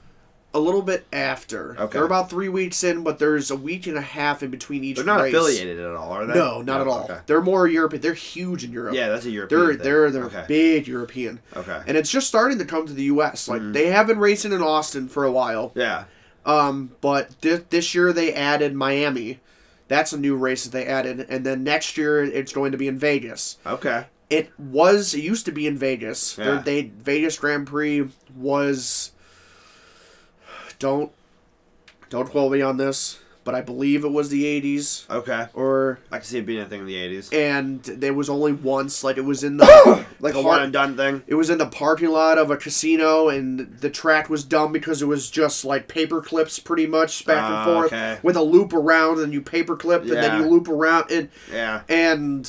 Speaker 1: a little bit after.
Speaker 2: Okay.
Speaker 1: They're about three weeks in, but there's a week and a half in between each.
Speaker 2: They're not
Speaker 1: race.
Speaker 2: affiliated at all, are they?
Speaker 1: No, not at all.
Speaker 2: okay.
Speaker 1: They're more European. They're huge in Europe.
Speaker 2: Yeah, that's a European.
Speaker 1: They're
Speaker 2: thing.
Speaker 1: they're they're
Speaker 2: okay.
Speaker 1: big European.
Speaker 2: Okay. Mm.
Speaker 1: And it's just starting to come to the U.S. Like they have been racing in Austin for a while,
Speaker 2: yeah.
Speaker 1: um, but thi- this year they added Miami. That's a new race that they added, and then next year it's going to be in Vegas.
Speaker 2: Okay.
Speaker 1: It was it used to be in Vegas. Their
Speaker 2: Yeah.
Speaker 1: they Vegas Grand Prix was don't don't quote me on this, but I believe it was the eighties
Speaker 2: Okay.
Speaker 1: or
Speaker 2: I can see it being a thing in the eighties,
Speaker 1: and there was only once like it was in the
Speaker 2: like a
Speaker 1: par-
Speaker 2: one and done thing.
Speaker 1: it was in the parking lot of a casino and the track was dumb because it was just like paper clips pretty much back
Speaker 2: Ah,
Speaker 1: and forth
Speaker 2: okay.
Speaker 1: with a loop around and you paper clip and
Speaker 2: Yeah.
Speaker 1: then you loop around and
Speaker 2: Yeah,
Speaker 1: and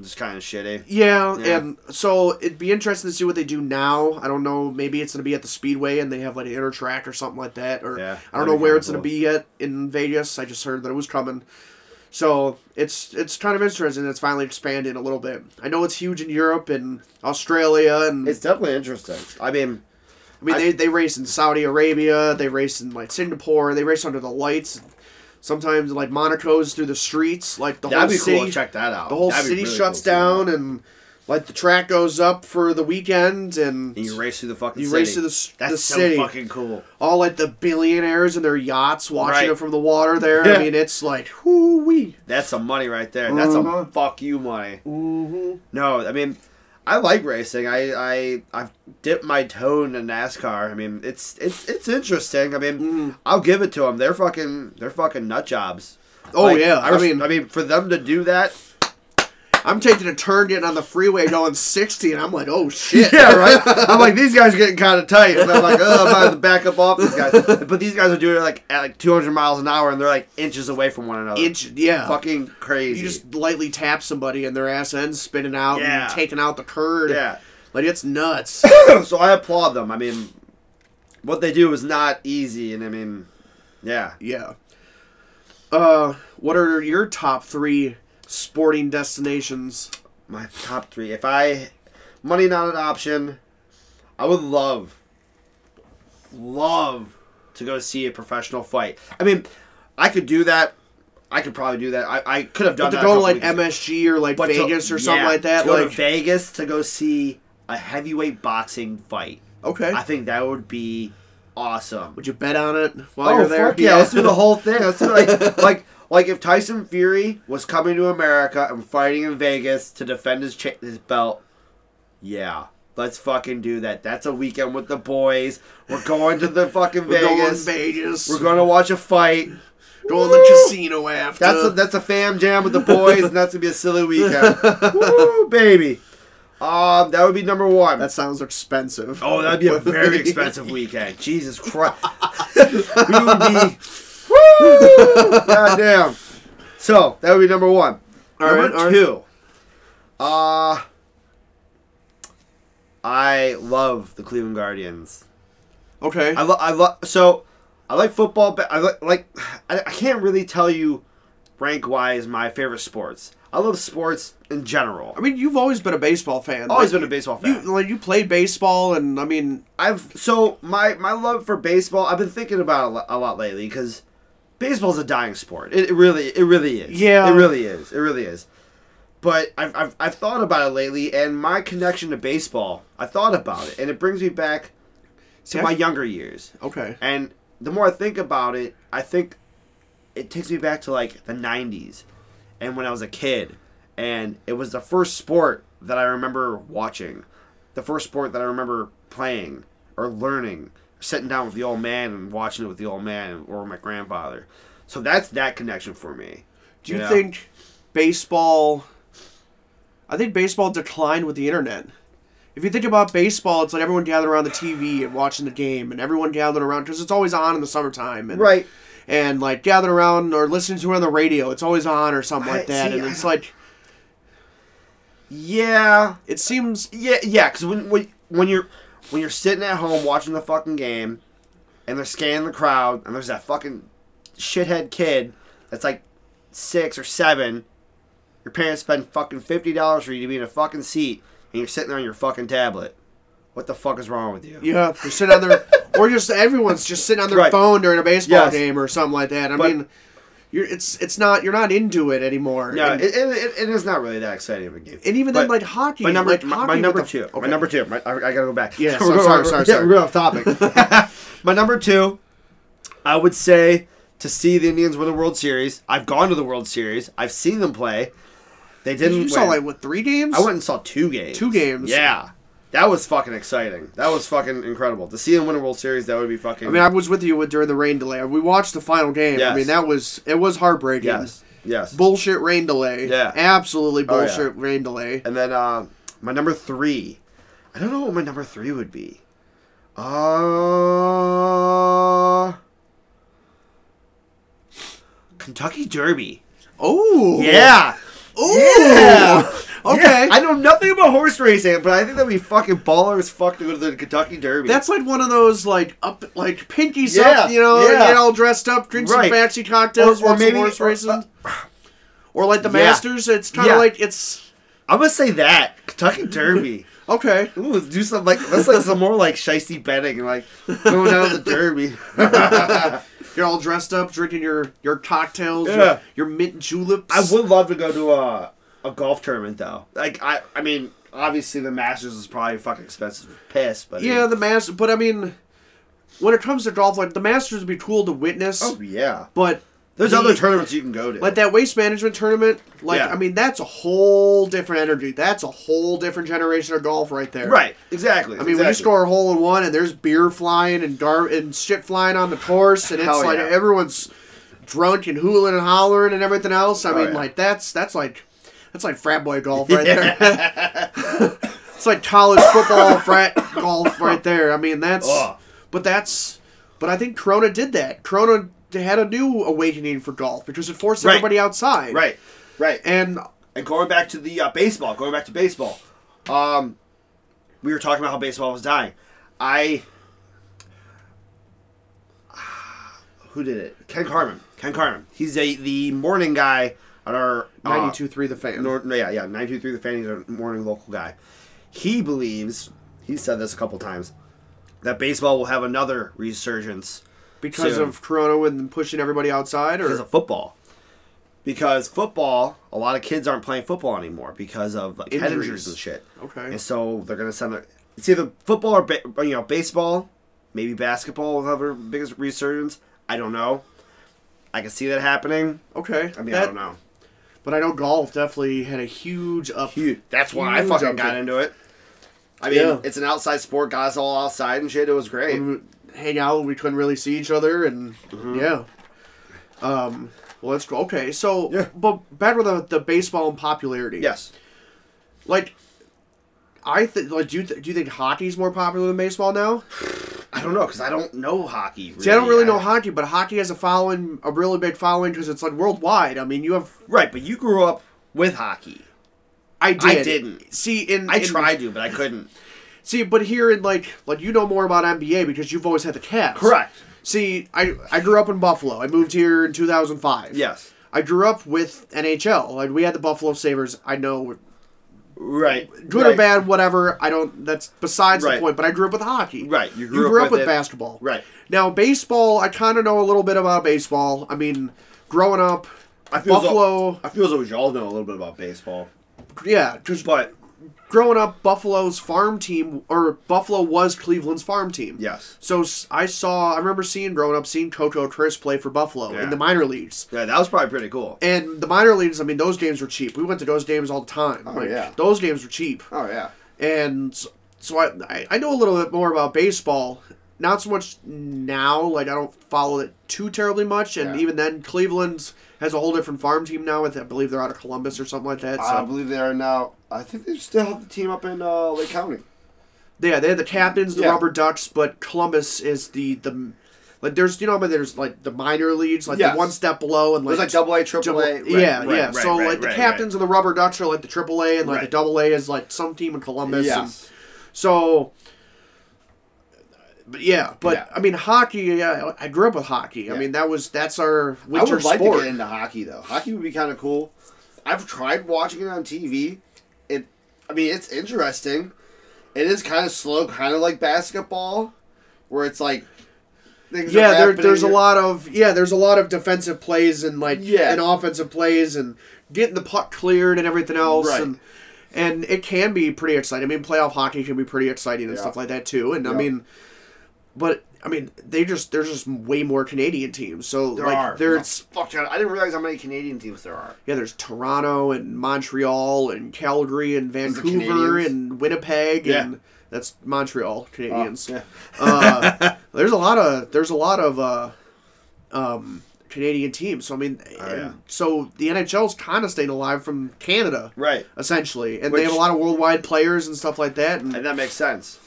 Speaker 2: just kind of shitty.
Speaker 1: Yeah,
Speaker 2: Yeah.
Speaker 1: and so it'd be interesting to see what they do now. I don't know. Maybe it's gonna be at the speedway, and they have like an inner track or something like that. Or
Speaker 2: Yeah,
Speaker 1: I don't
Speaker 2: that'd
Speaker 1: know
Speaker 2: be
Speaker 1: where
Speaker 2: kinda
Speaker 1: it's gonna
Speaker 2: cool.
Speaker 1: be yet in Vegas. I just heard that it was coming. So it's it's kind of interesting. It's finally expanding a little bit. I know it's huge in Europe and Australia, and
Speaker 2: It's definitely interesting. I mean,
Speaker 1: I mean
Speaker 2: I-
Speaker 1: they, they race in Saudi Arabia, they race in like Singapore, they race under the lights. Sometimes like Monaco's through the streets, like the
Speaker 2: that'd
Speaker 1: whole
Speaker 2: be
Speaker 1: city.
Speaker 2: cool. to Check that out.
Speaker 1: The whole
Speaker 2: That'd be
Speaker 1: city
Speaker 2: really
Speaker 1: shuts
Speaker 2: cool to see
Speaker 1: down,
Speaker 2: that.
Speaker 1: and like the track goes up for the weekend, and,
Speaker 2: and you race through the fucking.
Speaker 1: you
Speaker 2: city.
Speaker 1: race through the s-
Speaker 2: That's
Speaker 1: the
Speaker 2: so
Speaker 1: city.
Speaker 2: fucking cool.
Speaker 1: all like the billionaires and their yachts watching
Speaker 2: Right.
Speaker 1: it from the water. There,
Speaker 2: Yeah.
Speaker 1: I mean, it's like whoo wee.
Speaker 2: That's some money right there. That's some
Speaker 1: Mhm.
Speaker 2: fuck you money.
Speaker 1: Mm-hmm.
Speaker 2: No, I mean, I like racing. I I I've dipped my toe into NASCAR. I mean, it's it's it's interesting. I mean,
Speaker 1: Mhm.
Speaker 2: I'll give it to them. They're fucking they're fucking nut jobs.
Speaker 1: Oh
Speaker 2: Like,
Speaker 1: yeah, I
Speaker 2: res-
Speaker 1: mean,
Speaker 2: I mean, for them to do that.
Speaker 1: I'm taking a turn getting on the freeway going 60, and I'm like, oh shit.
Speaker 2: Yeah, right. I'm like these guys are getting kind of tight, and I'm like, oh, I'm about to back up off these guys. But these guys are doing it like at like 200 miles an hour, and they're like inches away from one another.
Speaker 1: Inch, yeah.
Speaker 2: Fucking crazy.
Speaker 1: You just lightly tap somebody, and their ass ends spinning out
Speaker 2: Yeah.
Speaker 1: and taking out the curd.
Speaker 2: yeah.
Speaker 1: Like, it's nuts.
Speaker 2: so I applaud them. I mean, what they do is not easy, and I mean, yeah.
Speaker 1: yeah. Uh, what are your top three sporting destinations?
Speaker 2: my top three. If I money not an option, I would love, love to go see a professional fight. I mean, I could do that. I could probably do that. I, I could have
Speaker 1: But
Speaker 2: done
Speaker 1: to
Speaker 2: that. a
Speaker 1: go to,
Speaker 2: couple
Speaker 1: like,
Speaker 2: weeks-
Speaker 1: MSG or, like,
Speaker 2: but to-
Speaker 1: Vegas or something
Speaker 2: yeah,
Speaker 1: like that?
Speaker 2: To go
Speaker 1: Like,
Speaker 2: to Vegas to go see a heavyweight boxing fight.
Speaker 1: okay.
Speaker 2: I think that would be awesome.
Speaker 1: Would you bet on it while you're there?
Speaker 2: Oh, Fuck yeah, let's do the whole thing. Let's do like like like if Tyson Fury was coming to America and fighting in Vegas to defend his cha- his belt. Yeah. Let's fucking do that. That's a weekend with the boys. We're going to the fucking
Speaker 1: We're going
Speaker 2: Vegas.
Speaker 1: Vegas.
Speaker 2: We're going to watch a fight.
Speaker 1: Go to the
Speaker 2: Woo!
Speaker 1: casino after.
Speaker 2: That's a, that's a fam jam with the boys, and that's gonna be a silly weekend. Woo, baby. Um, that would be number one.
Speaker 1: that sounds expensive.
Speaker 2: Oh, that'd be a very expensive weekend. Jesus Christ. we would be. Woo! God damn. So, that would be number one.
Speaker 1: All
Speaker 2: number
Speaker 1: right, all right.
Speaker 2: two. Uh, I love the Cleveland Guardians.
Speaker 1: Okay.
Speaker 2: I, lo- I love. So, I like football, but I li- like. I, I can't really tell you rank wise my favorite sports. I love sports in general.
Speaker 1: I mean, you've always been a baseball fan.
Speaker 2: Always
Speaker 1: Like,
Speaker 2: been a baseball fan.
Speaker 1: you, like you played baseball, and I mean,
Speaker 2: I've so my my love for baseball. I've been thinking about it a lo- a lot lately because baseball's a dying sport. It, it really, it really is.
Speaker 1: Yeah.
Speaker 2: it really is. It really is. But I've, I've I've thought about it lately, and my connection to baseball. I thought about it, and it brings me back to
Speaker 1: See, I-
Speaker 2: my younger years.
Speaker 1: okay,
Speaker 2: And the more I think about it, I think it takes me back to like the 90s and when I was a kid. And it was the first sport that I remember watching, the first sport that I remember playing or learning, sitting down with the old man and watching it with the old man or my grandfather. So that's that connection for me.
Speaker 1: do you
Speaker 2: Yeah.
Speaker 1: think baseball? I think baseball declined with the internet. If you think about baseball, it's like everyone gathered around the TV and watching the game, and everyone gathered around because it's always on in the summertime, and
Speaker 2: Right.
Speaker 1: and like gathered around or listening to it on the radio. It's always on or something
Speaker 2: I-
Speaker 1: like that,
Speaker 2: see,
Speaker 1: and
Speaker 2: I
Speaker 1: it's
Speaker 2: don't-
Speaker 1: like
Speaker 2: Yeah.
Speaker 1: it seems
Speaker 2: Yeah, yeah. Because when, when when you're when you're sitting at home watching the fucking game, and they're scanning the crowd, and there's that fucking shithead kid that's like six or seven. Your parents spend fucking fifty dollars for you to be in a fucking seat, and you're sitting there on your fucking tablet. What the fuck is wrong with you?
Speaker 1: yeah they're sitting on their or just everyone's just sitting on their
Speaker 2: Right.
Speaker 1: phone during a baseball
Speaker 2: Yes.
Speaker 1: game or something like that. I
Speaker 2: But-
Speaker 1: mean. You're, it's it's not you're not into it anymore.
Speaker 2: No,
Speaker 1: And-
Speaker 2: it, it, it, it is not really that exciting of a game.
Speaker 1: And even then,
Speaker 2: But-
Speaker 1: like hockey.
Speaker 2: My number,
Speaker 1: like,
Speaker 2: my,
Speaker 1: hockey
Speaker 2: my
Speaker 1: with
Speaker 2: number
Speaker 1: the-
Speaker 2: two. My
Speaker 1: okay.
Speaker 2: number two. My, I, I gotta go back.
Speaker 1: Yeah, so-
Speaker 2: We're going-
Speaker 1: sorry,
Speaker 2: we're-
Speaker 1: sorry,
Speaker 2: yeah,
Speaker 1: sorry.
Speaker 2: We're off topic. my number two, I would say to see the Indians win the World Series. I've gone to the World Series. I've seen them play. They
Speaker 1: You
Speaker 2: didn't. win.
Speaker 1: saw like what three games?
Speaker 2: I went and saw two games.
Speaker 1: Two games.
Speaker 2: Yeah, that was fucking exciting. That was fucking incredible to see them win a World Series. That would be fucking.
Speaker 1: I mean, I was with you with, during the rain delay. We watched the final game. I
Speaker 2: Yes.
Speaker 1: mean, that was it was heartbreaking.
Speaker 2: yes, yes.
Speaker 1: Bullshit rain delay.
Speaker 2: Yeah.
Speaker 1: Absolutely
Speaker 2: Oh, yeah.
Speaker 1: bullshit rain delay.
Speaker 2: And then uh, my number three. I don't know what my number three would be. Uh, Kentucky Derby.
Speaker 1: Oh.
Speaker 2: Yeah.
Speaker 1: Ooh.
Speaker 2: Yeah.
Speaker 1: Okay.
Speaker 2: I know nothing about horse racing, but I think that'd be fucking baller as fuck to go to the Kentucky Derby.
Speaker 1: That's like one of those like up like pinkies
Speaker 2: Yeah,
Speaker 1: up, you know,
Speaker 2: yeah.
Speaker 1: get all dressed up, drink
Speaker 2: Right.
Speaker 1: some fancy cocktails,
Speaker 2: Or- or
Speaker 1: watch some
Speaker 2: maybe-
Speaker 1: horse
Speaker 2: or-
Speaker 1: racing. or like the
Speaker 2: Yeah.
Speaker 1: Masters. It's kind of
Speaker 2: Yeah.
Speaker 1: like it's
Speaker 2: I'm gonna say that Kentucky Derby.
Speaker 1: okay.
Speaker 2: Ooh, let's do some like let's like some more like shisty betting and like going down to the Derby.
Speaker 1: You're all dressed up, drinking your your cocktails,
Speaker 2: Yeah.
Speaker 1: your, your mint juleps.
Speaker 2: I would love to go to a a golf tournament though. Like I, I mean, obviously the Masters is probably fucking expensive as piss, but
Speaker 1: Yeah, the Masters, but I mean, when it comes to golf, like the Masters would be cool to witness,
Speaker 2: oh yeah.
Speaker 1: but
Speaker 2: There's
Speaker 1: the-
Speaker 2: other tournaments you can go to.
Speaker 1: like that waste management tournament. Like
Speaker 2: Yeah.
Speaker 1: I mean, that's a whole different energy. That's a whole different generation of golf right there.
Speaker 2: right, exactly.
Speaker 1: I mean, when you score a hole in one, and there's beer flying and gar- and shit flying on the course, and it's
Speaker 2: Hell
Speaker 1: like
Speaker 2: yeah.
Speaker 1: everyone's drunk and hooling and hollering and everything else. I
Speaker 2: Oh,
Speaker 1: mean,
Speaker 2: yeah.
Speaker 1: like that's that's like that's like frat boy golf right there. it's like college football frat golf right there. I mean, that's
Speaker 2: Ugh.
Speaker 1: but that's but I think Corona did that. Corona had a new awakening for golf because it forced
Speaker 2: Right.
Speaker 1: everybody outside.
Speaker 2: right, Uh, right, and,
Speaker 1: And
Speaker 2: going back to the uh, baseball, going back to baseball. Um, we were talking about how baseball was dying. I. Who did it? Ken Carmen. Ken Carmen. He's a, the morning guy on our uh,
Speaker 1: ninety-two three the fan.
Speaker 2: Nor- no, yeah, yeah. 923 The Fan, he's a morning local guy. He believes, he said this a couple times, that baseball will have another resurgence
Speaker 1: because
Speaker 2: Soon.
Speaker 1: of Corona and pushing everybody outside, or
Speaker 2: because of football. Because football, a lot of kids aren't playing football anymore because of like, head
Speaker 1: Injuries.
Speaker 2: injuries and shit.
Speaker 1: Okay.
Speaker 2: And so they're gonna send their it's either football or ba- you know baseball, maybe basketball will have their biggest resurgence. I don't know. I can see that happening.
Speaker 1: okay.
Speaker 2: I mean, I
Speaker 1: That-
Speaker 2: don't know.
Speaker 1: But I know golf definitely had a huge up.
Speaker 2: Huge. That's why I
Speaker 1: Huge
Speaker 2: fucking
Speaker 1: uptick.
Speaker 2: got into it. I mean,
Speaker 1: Yeah.
Speaker 2: it's an outside sport. Guys all outside and shit. It was great.
Speaker 1: We would hang out. We couldn't really see each other, and
Speaker 2: Mm-hmm.
Speaker 1: yeah. Um. Well, let's go. Okay, so
Speaker 2: Yeah.
Speaker 1: but back with the, the baseball and popularity.
Speaker 2: Yes.
Speaker 1: Like, I think. Like, do you th- do you think hockey's more popular than baseball now?
Speaker 2: I don't know because I don't know hockey.
Speaker 1: See, I don't really know hockey, but hockey has a following, a really big following because it's like worldwide. I mean, you have.
Speaker 2: Right, but you grew up with hockey.
Speaker 1: I did.
Speaker 2: didn't.
Speaker 1: see. In
Speaker 2: I
Speaker 1: in-
Speaker 2: tried to, but I couldn't.
Speaker 1: See, but here in like like you know more about NBA because you've always had the Cavs.
Speaker 2: Correct.
Speaker 1: See, I I grew up in Buffalo. I moved here in 2005.
Speaker 2: Yes.
Speaker 1: I grew up with NHL. Like we had the Buffalo Sabers. I know
Speaker 2: Right.
Speaker 1: good or
Speaker 2: Right.
Speaker 1: bad, whatever. I don't. That's besides
Speaker 2: Right.
Speaker 1: the point. But I grew up with hockey.
Speaker 2: Right,
Speaker 1: You grew, up, with,
Speaker 2: it.
Speaker 1: basketball.
Speaker 2: Right.
Speaker 1: Now baseball, I kind of know a little bit about baseball. I mean, growing up,
Speaker 2: I feel as though-
Speaker 1: Buffalo-
Speaker 2: I feel as though y'all know a little bit about baseball,
Speaker 1: yeah, because
Speaker 2: but
Speaker 1: growing up, Buffalo's farm team or Buffalo was Cleveland's farm team.
Speaker 2: yes,
Speaker 1: So s- I saw, I remember seeing growing up, seeing Coco Chris play for Buffalo
Speaker 2: Yeah.
Speaker 1: in the minor leagues.
Speaker 2: yeah, that was probably pretty cool.
Speaker 1: And the minor leagues, I mean, those games were cheap. We went to those games all the time. Oh,
Speaker 2: yeah.
Speaker 1: Those games were cheap.
Speaker 2: Oh yeah.
Speaker 1: And s- so I, I, I know a little bit more about baseball. Not so much now, like, I don't follow it too terribly much. And
Speaker 2: Yeah.
Speaker 1: even then, Cleveland's has a whole different farm team now with, I believe they're out of Columbus or something like that. So,
Speaker 2: I believe they are now. I think they still have the team up in uh, Lake County.
Speaker 1: yeah, they had the captains, the
Speaker 2: Yeah.
Speaker 1: rubber ducks, but Columbus is the, the, like, there's, you know, but there's, like, the minor leagues, like,
Speaker 2: Yes.
Speaker 1: the one step below and,
Speaker 2: It was like double A, triple A.
Speaker 1: Double- yeah, yeah. so like the captains of the rubber ducks are like the triple A, and like the
Speaker 2: Right.
Speaker 1: double A is like some team in Columbus. and-
Speaker 2: Yes.
Speaker 1: so, but yeah, but
Speaker 2: Yeah.
Speaker 1: I mean hockey. Yeah, I grew up with hockey. I
Speaker 2: Yeah.
Speaker 1: mean that was that's our
Speaker 2: I
Speaker 1: winter
Speaker 2: would like
Speaker 1: sport.
Speaker 2: to get into hockey though. Hockey would be kind of cool. I've tried watching it on TV. It, I mean, it's interesting. It is kind of slow, kind of like basketball, where it's like things are
Speaker 1: yeah, there,
Speaker 2: happening.
Speaker 1: there's a lot of yeah, there's a lot of defensive plays and like
Speaker 2: Yeah.
Speaker 1: and offensive plays and getting the puck cleared and everything else
Speaker 2: Right.
Speaker 1: and and it can be pretty exciting. I mean, playoff hockey can be pretty exciting and
Speaker 2: Yeah.
Speaker 1: stuff like that too. And I
Speaker 2: Yeah.
Speaker 1: mean, but I mean, they just there's just way more Canadian teams. So
Speaker 2: There
Speaker 1: like
Speaker 2: are.
Speaker 1: there's
Speaker 2: fuck. John, I didn't realize how many Canadian teams there are.
Speaker 1: yeah, there's Toronto and Montreal and Calgary and
Speaker 2: the
Speaker 1: Vancouver
Speaker 2: Canadians.
Speaker 1: and Winnipeg
Speaker 2: Yeah. Ah,
Speaker 1: and that's Montreal Canadians.
Speaker 2: Yeah.
Speaker 1: uh, there's a lot of there's a lot of uh, um, Canadian teams. So I mean, and
Speaker 2: Oh, yeah.
Speaker 1: so the NHL's kind of staying alive from Canada,
Speaker 2: Right,
Speaker 1: essentially, and
Speaker 2: Which-
Speaker 1: they have a lot of worldwide players and stuff like that. And
Speaker 2: and that makes sense.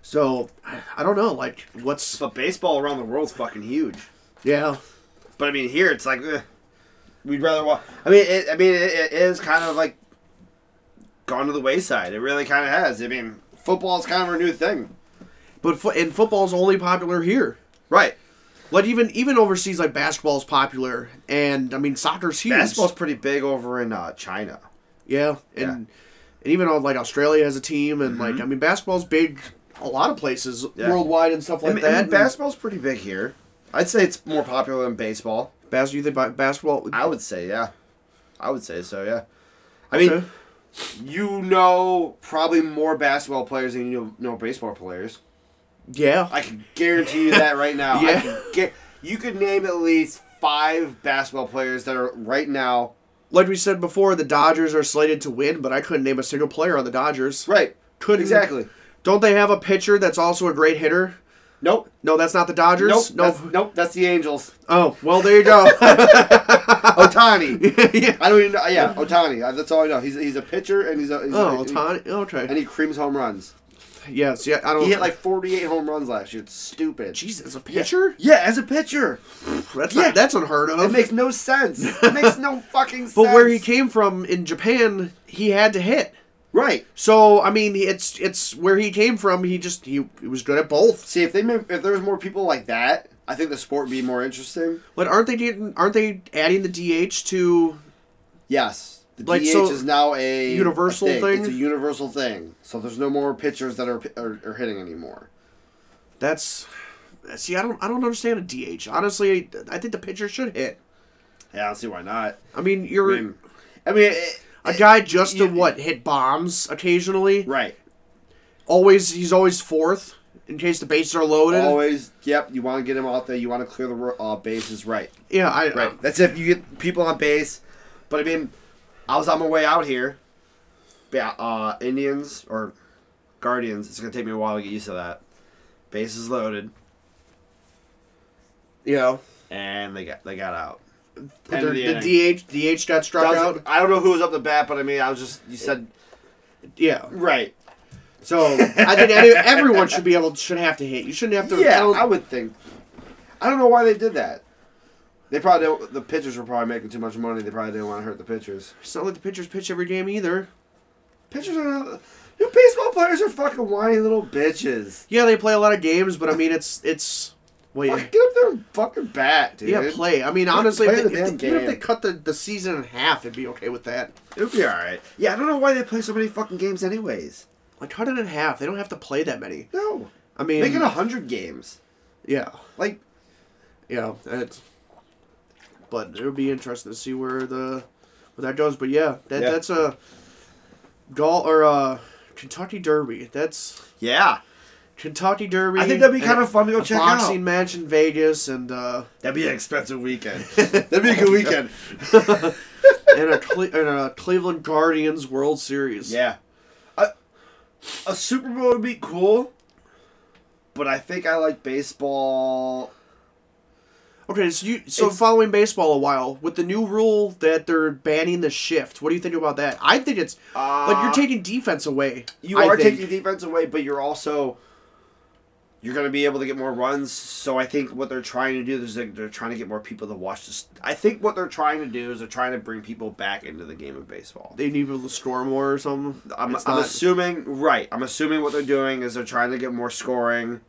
Speaker 1: so I- I don't know, like what's
Speaker 2: But baseball around the world's fucking huge.
Speaker 1: yeah,
Speaker 2: But I mean, here it's like eh, we'd rather watch. I mean, it, I mean, it, it is kind of like gone to the wayside. It really kind of has. I mean, football's kind of a new thing,
Speaker 1: but fo- and football's only popular here.
Speaker 2: right?
Speaker 1: Like even even overseas, like basketball's popular, and I mean soccer's huge.
Speaker 2: Basketball's pretty big over in uh, China.
Speaker 1: yeah, and
Speaker 2: Yeah. Mm-hmm.
Speaker 1: and even on like Australia has a team, and like I mean basketball's big a lot of places
Speaker 2: Yeah.
Speaker 1: worldwide and stuff like
Speaker 2: I mean,
Speaker 1: that.
Speaker 2: I mean,
Speaker 1: and
Speaker 2: basketball's pretty big here. I'd say it's more popular than baseball.
Speaker 1: bas- you think ba- basketball?
Speaker 2: I would say, yeah. I would say so, yeah. I mean, you know probably more basketball players than you know, know baseball players.
Speaker 1: yeah,
Speaker 2: I can guarantee you that right now. I
Speaker 1: Yeah.
Speaker 2: can gu- you could name at least five basketball players that are right now.
Speaker 1: like we said before, the Dodgers are slated to win, but I couldn't name a single player on the Dodgers.
Speaker 2: Right.
Speaker 1: Couldn't
Speaker 2: Exactly.
Speaker 1: Don't they have a pitcher that's also a great hitter?
Speaker 2: Nope.
Speaker 1: No, that's not the Dodgers.
Speaker 2: Nope.
Speaker 1: No.
Speaker 2: That's, nope. That's the Angels.
Speaker 1: Oh well, there you go.
Speaker 2: Otani.
Speaker 1: yeah.
Speaker 2: I don't even know. Yeah, Otani. That's all I know. He's, he's a pitcher and he's a. He's a-
Speaker 1: Oh,
Speaker 2: he-
Speaker 1: Otani. Okay.
Speaker 2: And he creams home runs.
Speaker 1: Yes. Yeah. I don't.
Speaker 2: He hit like 48 home runs last year. It's stupid.
Speaker 1: Jesus, a pitcher?
Speaker 2: Yeah, as a pitcher.
Speaker 1: That's
Speaker 2: Yeah.
Speaker 1: not, that's unheard of.
Speaker 2: It makes no sense. It makes no fucking sense.
Speaker 1: but where he came from in Japan, he had to hit.
Speaker 2: Right.
Speaker 1: So I mean, it's it's where he came from. He just he, he was good at both.
Speaker 2: See, if they made, if there was more people like that, I think the sport would be more interesting.
Speaker 1: But aren't they getting, aren't they adding the DH to?
Speaker 2: Yes. The
Speaker 1: Like,
Speaker 2: DH
Speaker 1: so-
Speaker 2: is now a
Speaker 1: Universal
Speaker 2: a
Speaker 1: thing?
Speaker 2: It's a universal thing. So there's no more pitchers that are, are, are hitting anymore.
Speaker 1: That's see, I don't I don't understand a DH. Honestly, I think the pitcher should hit.
Speaker 2: Yeah, I don't see why not.
Speaker 1: I mean, you're
Speaker 2: I mean, I mean it-
Speaker 1: a guy just to
Speaker 2: you-
Speaker 1: what hit bombs occasionally.
Speaker 2: right.
Speaker 1: Always he's always fourth in case the bases are loaded.
Speaker 2: Always, yep. You want to get him out there. You want to clear the ro- uh, bases. Right.
Speaker 1: yeah, I
Speaker 2: Right. That's if you get people on base. But I mean, I was on my way out here. Yeah, uh, Indians or Guardians. It's gonna take me a while to get used to that. Base is loaded,
Speaker 1: yeah.
Speaker 2: and they got they got out. End
Speaker 1: The,
Speaker 2: of the inning.
Speaker 1: the DH DH got struck
Speaker 2: Doesn't-
Speaker 1: out.
Speaker 2: I don't know who was up the bat, but I mean, I was just you said
Speaker 1: Yeah.
Speaker 2: right.
Speaker 1: So I think any, everyone should be able should have to hit. You shouldn't have to. I
Speaker 2: Yeah,
Speaker 1: don't-
Speaker 2: I would think. I don't know why they did that. They probably don't, the pitchers were probably making too much money. They probably didn't want to hurt the pitchers.
Speaker 1: it's not like the pitchers pitch every game either.
Speaker 2: Pitchers are not, you baseball players are fucking whiny little bitches.
Speaker 1: Yeah, they play a lot of games, but I mean, it's it's. Wait,
Speaker 2: Fuck, get up there and fucking bat, dude.
Speaker 1: yeah, play. I mean, honestly,
Speaker 2: play
Speaker 1: if
Speaker 2: the
Speaker 1: they, if
Speaker 2: damn
Speaker 1: they, even if
Speaker 2: game.
Speaker 1: they cut the, the season in half, it'd be okay with that.
Speaker 2: It'll be all right. Yeah, I don't know why they play so many fucking games, anyways.
Speaker 1: Like cut it in half. They don't have to play that many.
Speaker 2: No,
Speaker 1: I mean,
Speaker 2: make it a hundred games.
Speaker 1: yeah,
Speaker 2: Like,
Speaker 1: yeah. It's, but it would be interesting to see where the where that goes. But yeah, that
Speaker 2: Yeah.
Speaker 1: that's a Gall or uh Kentucky Derby. That's
Speaker 2: yeah,
Speaker 1: Kentucky Derby.
Speaker 2: I think that'd be kind
Speaker 1: and
Speaker 2: of fun to go
Speaker 1: a
Speaker 2: check out.
Speaker 1: boxing match in Vegas and uh,
Speaker 2: That'd be an expensive weekend. That'd be a good weekend.
Speaker 1: and a Cle- and a Cleveland Guardians World Series.
Speaker 2: yeah, a, a Super Bowl would be cool, but I think I like baseball.
Speaker 1: Okay, so you so
Speaker 2: It's-
Speaker 1: following baseball a while with the new rule that they're banning the shift. What do you think about that? I think it's
Speaker 2: Uh,
Speaker 1: like you're taking defense away.
Speaker 2: you
Speaker 1: I
Speaker 2: are
Speaker 1: think.
Speaker 2: taking defense away, but you're also you're going to be able to get more runs. So I think what they're trying to do is they're, they're trying to get more people to watch this. I think what they're trying to do is they're trying to bring people back into the game of baseball.
Speaker 1: they need people to score more or something.
Speaker 2: I'm,
Speaker 1: It's
Speaker 2: I'm
Speaker 1: not-
Speaker 2: assuming right. I'm assuming what they're doing is they're trying to get more scoring,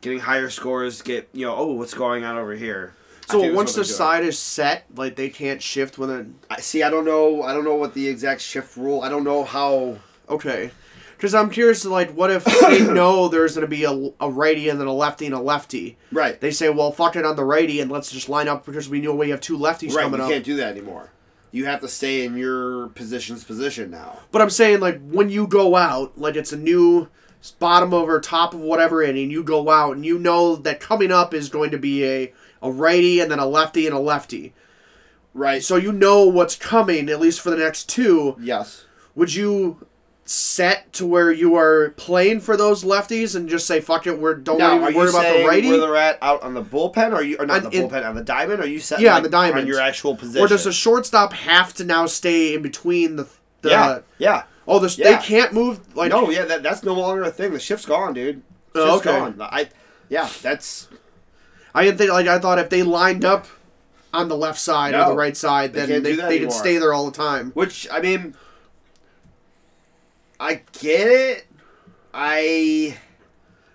Speaker 2: getting higher scores. Get you know, oh, what's going on over here? I think
Speaker 1: so
Speaker 2: that's
Speaker 1: once
Speaker 2: what
Speaker 1: the
Speaker 2: they're doing.
Speaker 1: side is set, like they can't shift when they're
Speaker 2: I see, I don't know. I don't know what the exact shift rule. I don't know how.
Speaker 1: okay. Because I'm curious, like, what if they know there's going to be a, a righty and then a lefty and a lefty?
Speaker 2: Right.
Speaker 1: They say, well, fuck it on the righty and let's just line up because we know we have two lefties
Speaker 2: right. You
Speaker 1: coming up.
Speaker 2: can't do that anymore. You have to stay in your position's position now.
Speaker 1: But I'm saying like when you go out, like it's a new s- bottom over top of whatever inning, you go out and you know that coming up is going to be a a righty and then a lefty and a lefty.
Speaker 2: Right.
Speaker 1: So you know what's coming at least for the next two.
Speaker 2: yes.
Speaker 1: Would you set to where you are playing for those lefties and just say fuck it, we're don't
Speaker 2: Now, are
Speaker 1: even
Speaker 2: you
Speaker 1: worry about the
Speaker 2: saying
Speaker 1: righty?
Speaker 2: where they're at out on the bullpen? Or are you or not
Speaker 1: On-
Speaker 2: the
Speaker 1: in-
Speaker 2: bullpen on the diamond? Are you set?
Speaker 1: Yeah, on
Speaker 2: like,
Speaker 1: the diamond.
Speaker 2: on your actual position.
Speaker 1: Or does the shortstop have to now stay in between the the
Speaker 2: yeah, yeah.
Speaker 1: Oh, the,
Speaker 2: Yeah.
Speaker 1: they can't move like
Speaker 2: no, yeah, that, that's no longer a thing. The shift's gone, dude. Shift's
Speaker 1: Oh, okay.
Speaker 2: gone. I, yeah, that's
Speaker 1: I didn't think like I thought if they lined up on the left side or
Speaker 2: No.
Speaker 1: the right side,
Speaker 2: They
Speaker 1: then
Speaker 2: can't
Speaker 1: they,
Speaker 2: do that
Speaker 1: they can
Speaker 2: anymore.
Speaker 1: stay there all the time.
Speaker 2: which I mean, I get it. I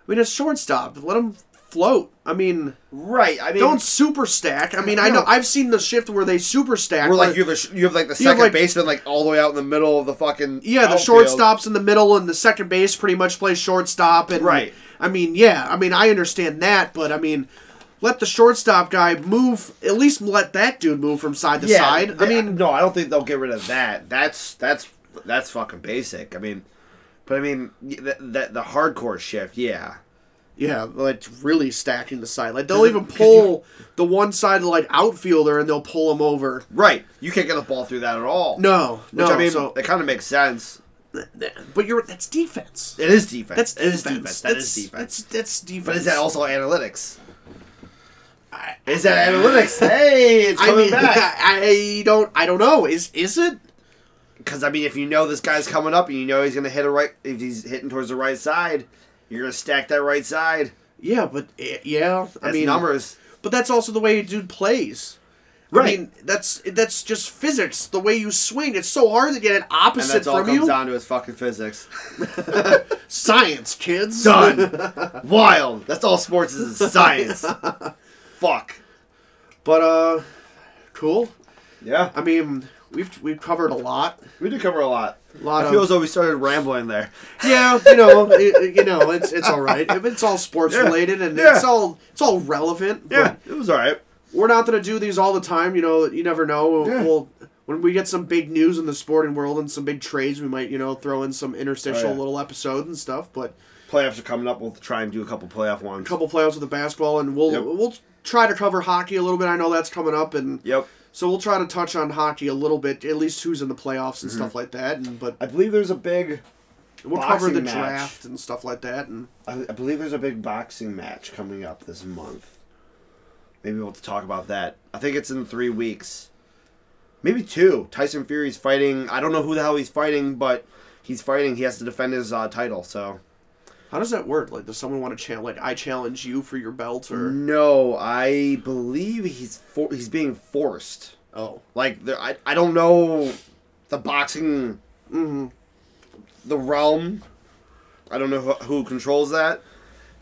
Speaker 1: I mean, it's shortstop. Let them float. I mean,
Speaker 2: Right. I mean,
Speaker 1: don't super stack. I mean, I know I've seen the shift where they super stack.
Speaker 2: We're
Speaker 1: where-
Speaker 2: like you have, a sh- you have like the
Speaker 1: You have,
Speaker 2: second
Speaker 1: like-
Speaker 2: baseman like all the way out in the middle of the fucking
Speaker 1: yeah, the
Speaker 2: outfield.
Speaker 1: shortstop's in the middle and the second base pretty much plays shortstop. And
Speaker 2: Right.
Speaker 1: I mean, yeah, I mean, I understand that, but I mean, let the shortstop guy move. At least let that dude move from side to
Speaker 2: Yeah,
Speaker 1: side. I
Speaker 2: they-
Speaker 1: mean,
Speaker 2: no, I don't think they'll get rid of that. That's that's that's fucking basic. I mean, but I mean that the, the hardcore shift, yeah.
Speaker 1: yeah, like really stacking the side. Like they'll even pull the one side like outfielder and they'll pull him over.
Speaker 2: Right. You can't get a ball through that at all.
Speaker 1: No,
Speaker 2: Which
Speaker 1: no.
Speaker 2: I mean,
Speaker 1: so,
Speaker 2: it kind of makes sense.
Speaker 1: but you're that's defense.
Speaker 2: It is defense.
Speaker 1: That's
Speaker 2: it
Speaker 1: defense.
Speaker 2: is defense. That
Speaker 1: That's,
Speaker 2: is defense.
Speaker 1: That's that's defense.
Speaker 2: but is that also analytics?
Speaker 1: I-
Speaker 2: Is that analytics? hey, it's
Speaker 1: I
Speaker 2: coming
Speaker 1: mean,
Speaker 2: back.
Speaker 1: I don't. I don't know. Is is it?
Speaker 2: Because I mean, if you know this guy's coming up and you know he's gonna hit a right, if he's hitting towards the right side, you're gonna stack that right side.
Speaker 1: Yeah, but eh, yeah. I
Speaker 2: That's
Speaker 1: mean,
Speaker 2: numbers.
Speaker 1: but that's also the way a dude plays.
Speaker 2: Right.
Speaker 1: I mean, that's that's just physics. The way you swing, it's so hard to get an opposite
Speaker 2: And that's all
Speaker 1: from
Speaker 2: comes
Speaker 1: you.
Speaker 2: down to his fucking physics.
Speaker 1: Science, kids.
Speaker 2: Done. Wild. That's all sports is, is science. Fuck.
Speaker 1: but uh, cool.
Speaker 2: Yeah,
Speaker 1: I mean, we've we've covered a lot.
Speaker 2: we did cover a lot.
Speaker 1: A lot
Speaker 2: I feel as
Speaker 1: of
Speaker 2: though we started rambling there.
Speaker 1: yeah, you know, it, you know, it's it's all right. It's all sports
Speaker 2: Yeah.
Speaker 1: related, and
Speaker 2: Yeah.
Speaker 1: it's all it's all relevant. but-
Speaker 2: Yeah, it was all right.
Speaker 1: we're not going to do these all the time. You know, you never know.
Speaker 2: Yeah.
Speaker 1: We'll, when we get some big news in the sporting world and some big trades, we might, you know, throw in some interstitial
Speaker 2: Oh, yeah.
Speaker 1: little episode and stuff. But
Speaker 2: Playoffs are coming up. We'll try and do a couple playoff ones.
Speaker 1: a couple playoffs with the basketball, and we'll
Speaker 2: Yep.
Speaker 1: we'll try to cover hockey a little bit. I know that's coming up, and
Speaker 2: Yep.
Speaker 1: so we'll try to touch on hockey a little bit, at least who's in the playoffs and stuff like that. And but
Speaker 2: I believe there's a big.
Speaker 1: we'll cover
Speaker 2: Mm-hmm. boxing
Speaker 1: the
Speaker 2: match.
Speaker 1: draft and stuff like that. And
Speaker 2: I, I believe there's a big boxing match coming up this month. Maybe we'll have to talk about that. I think it's in three weeks. Maybe two. Tyson Fury's fighting. I don't know who the hell he's fighting, but he's fighting. He has to defend his uh, title. So
Speaker 1: how does that work? Like, does someone want to challenge? Like, I challenge you for your belt,
Speaker 2: Mm.
Speaker 1: or
Speaker 2: no, I believe he's for, he's being forced.
Speaker 1: oh,
Speaker 2: Like there, I I don't know the boxing
Speaker 1: mm-hmm.
Speaker 2: the realm. I don't know who, who controls that.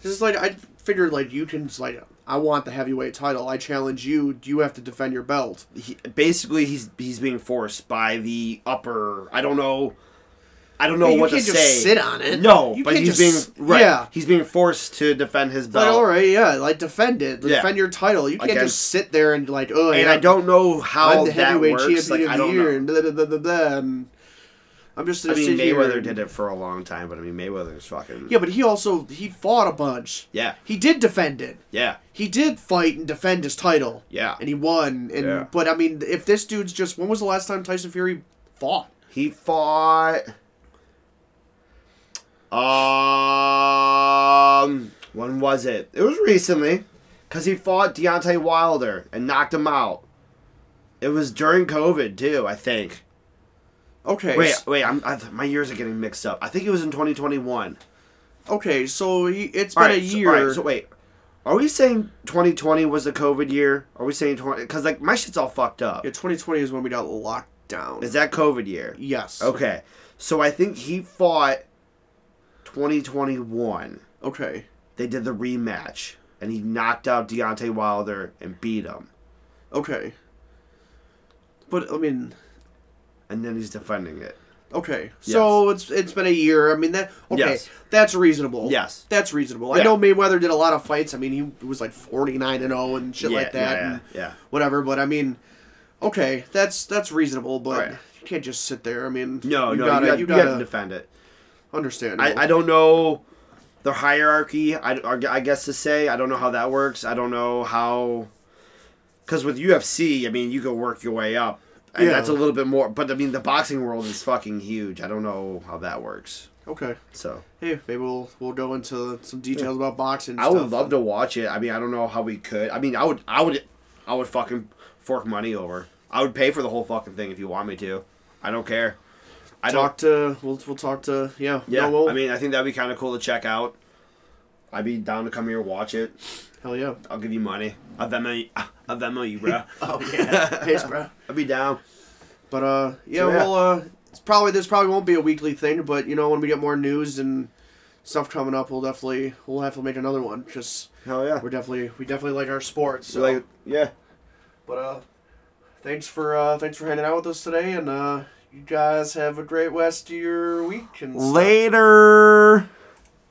Speaker 1: This is like I figured like you can just, like I want the heavyweight title. I challenge you. You have to defend your belt.
Speaker 2: he, basically he's he's being forced by the upper. I don't know. I don't know
Speaker 1: you
Speaker 2: what
Speaker 1: can't
Speaker 2: to
Speaker 1: just
Speaker 2: say.
Speaker 1: sit on it.
Speaker 2: No,
Speaker 1: You
Speaker 2: but
Speaker 1: can't
Speaker 2: he's
Speaker 1: just-
Speaker 2: being right.
Speaker 1: yeah.
Speaker 2: He's being forced to defend his
Speaker 1: Like,
Speaker 2: belt.
Speaker 1: all right, yeah, like defend it.
Speaker 2: Yeah.
Speaker 1: Defend your title. You can't
Speaker 2: Against-
Speaker 1: just sit there and like oh.
Speaker 2: And
Speaker 1: yeah,
Speaker 2: I don't know how
Speaker 1: I'm the
Speaker 2: that
Speaker 1: heavyweight
Speaker 2: works.
Speaker 1: champion
Speaker 2: Like
Speaker 1: of
Speaker 2: I
Speaker 1: the
Speaker 2: don't
Speaker 1: year.
Speaker 2: know.
Speaker 1: And blah, blah, blah, blah, blah, and I'm just.
Speaker 2: I
Speaker 1: gonna
Speaker 2: mean,
Speaker 1: sit here
Speaker 2: Mayweather
Speaker 1: and-
Speaker 2: did it for a long time, but I mean, Mayweather's fucking
Speaker 1: Yeah, but he also he fought a bunch.
Speaker 2: yeah,
Speaker 1: He did defend it.
Speaker 2: yeah,
Speaker 1: He did fight and defend his title.
Speaker 2: yeah.
Speaker 1: And he won. And
Speaker 2: Yeah.
Speaker 1: but I mean, if this dude's just when was the last time Tyson Fury fought?
Speaker 2: He fought. Um, when was it? It was recently, cause he fought Deontay Wilder and knocked him out. It was during COVID too, I think.
Speaker 1: Okay.
Speaker 2: Wait,
Speaker 1: so-
Speaker 2: wait, I'm, I, my years are getting mixed up. I think it was in 2021.
Speaker 1: Okay, so he, it's
Speaker 2: All
Speaker 1: been a
Speaker 2: right, so- all
Speaker 1: year.
Speaker 2: right, so wait, are we saying 2020 was the COVID year? Are we saying 20? Cause like my shit's all fucked up.
Speaker 1: yeah, 2020 is when we got locked down.
Speaker 2: Is that COVID year?
Speaker 1: yes.
Speaker 2: Okay, so I think he fought 2021.
Speaker 1: Okay.
Speaker 2: They did the rematch, and he knocked out Deontay Wilder and beat him.
Speaker 1: Okay. But I mean,
Speaker 2: And then he's defending it.
Speaker 1: okay. So it's it's been a year. I mean that okay.
Speaker 2: Yes.
Speaker 1: That's reasonable.
Speaker 2: Yes.
Speaker 1: That's reasonable. I
Speaker 2: Yeah.
Speaker 1: know Mayweather did a lot of fights. I mean, he was like 49 and 0 and shit
Speaker 2: yeah,
Speaker 1: like that
Speaker 2: Yeah,
Speaker 1: and
Speaker 2: yeah,
Speaker 1: whatever, but I mean, okay, that's that's reasonable, but
Speaker 2: Right.
Speaker 1: you can't just sit there. I mean,
Speaker 2: yeah. No,
Speaker 1: you
Speaker 2: no,
Speaker 1: gotta,
Speaker 2: you,
Speaker 1: you
Speaker 2: got, you got to
Speaker 1: gotta
Speaker 2: defend it.
Speaker 1: understand.
Speaker 2: I, I don't know the hierarchy. I, I guess to say I don't know how that works. I don't know how because with UFC, I mean, you can work your way up, and
Speaker 1: Yeah.
Speaker 2: that's a little bit more. But I mean, the boxing world is fucking huge. I don't know how that works.
Speaker 1: okay.
Speaker 2: So
Speaker 1: Hey, maybe we'll we'll go into some details about boxing. and
Speaker 2: I would
Speaker 1: stuff.
Speaker 2: love to watch it. I mean, I don't know how we could. I mean, I would, I would, I would fucking fork money over. I would pay for the whole fucking thing if you want me to. I don't care. I
Speaker 1: talk to we'll, we'll talk to yeah
Speaker 2: don't. Yeah,
Speaker 1: no, we'll-
Speaker 2: I mean, I think that'd be kind of cool to check out. I'd be down to come here watch it.
Speaker 1: hell yeah
Speaker 2: I'll give you money. I'll Venmo you, I'll Venmo you, bro.
Speaker 1: oh yeah thanks bro
Speaker 2: I'll be down.
Speaker 1: but uh yeah
Speaker 2: So, yeah.
Speaker 1: well uh it's probably this probably won't be a weekly thing but you know when we get more news and stuff coming up, we'll definitely we'll have to make another one. Just
Speaker 2: Hell yeah.
Speaker 1: we're definitely we definitely like our sports. So.
Speaker 2: Like yeah.
Speaker 1: But uh, thanks for uh, thanks for hanging out with us today, and uh, you guys have a great rest of your week. And stuff.
Speaker 2: Later.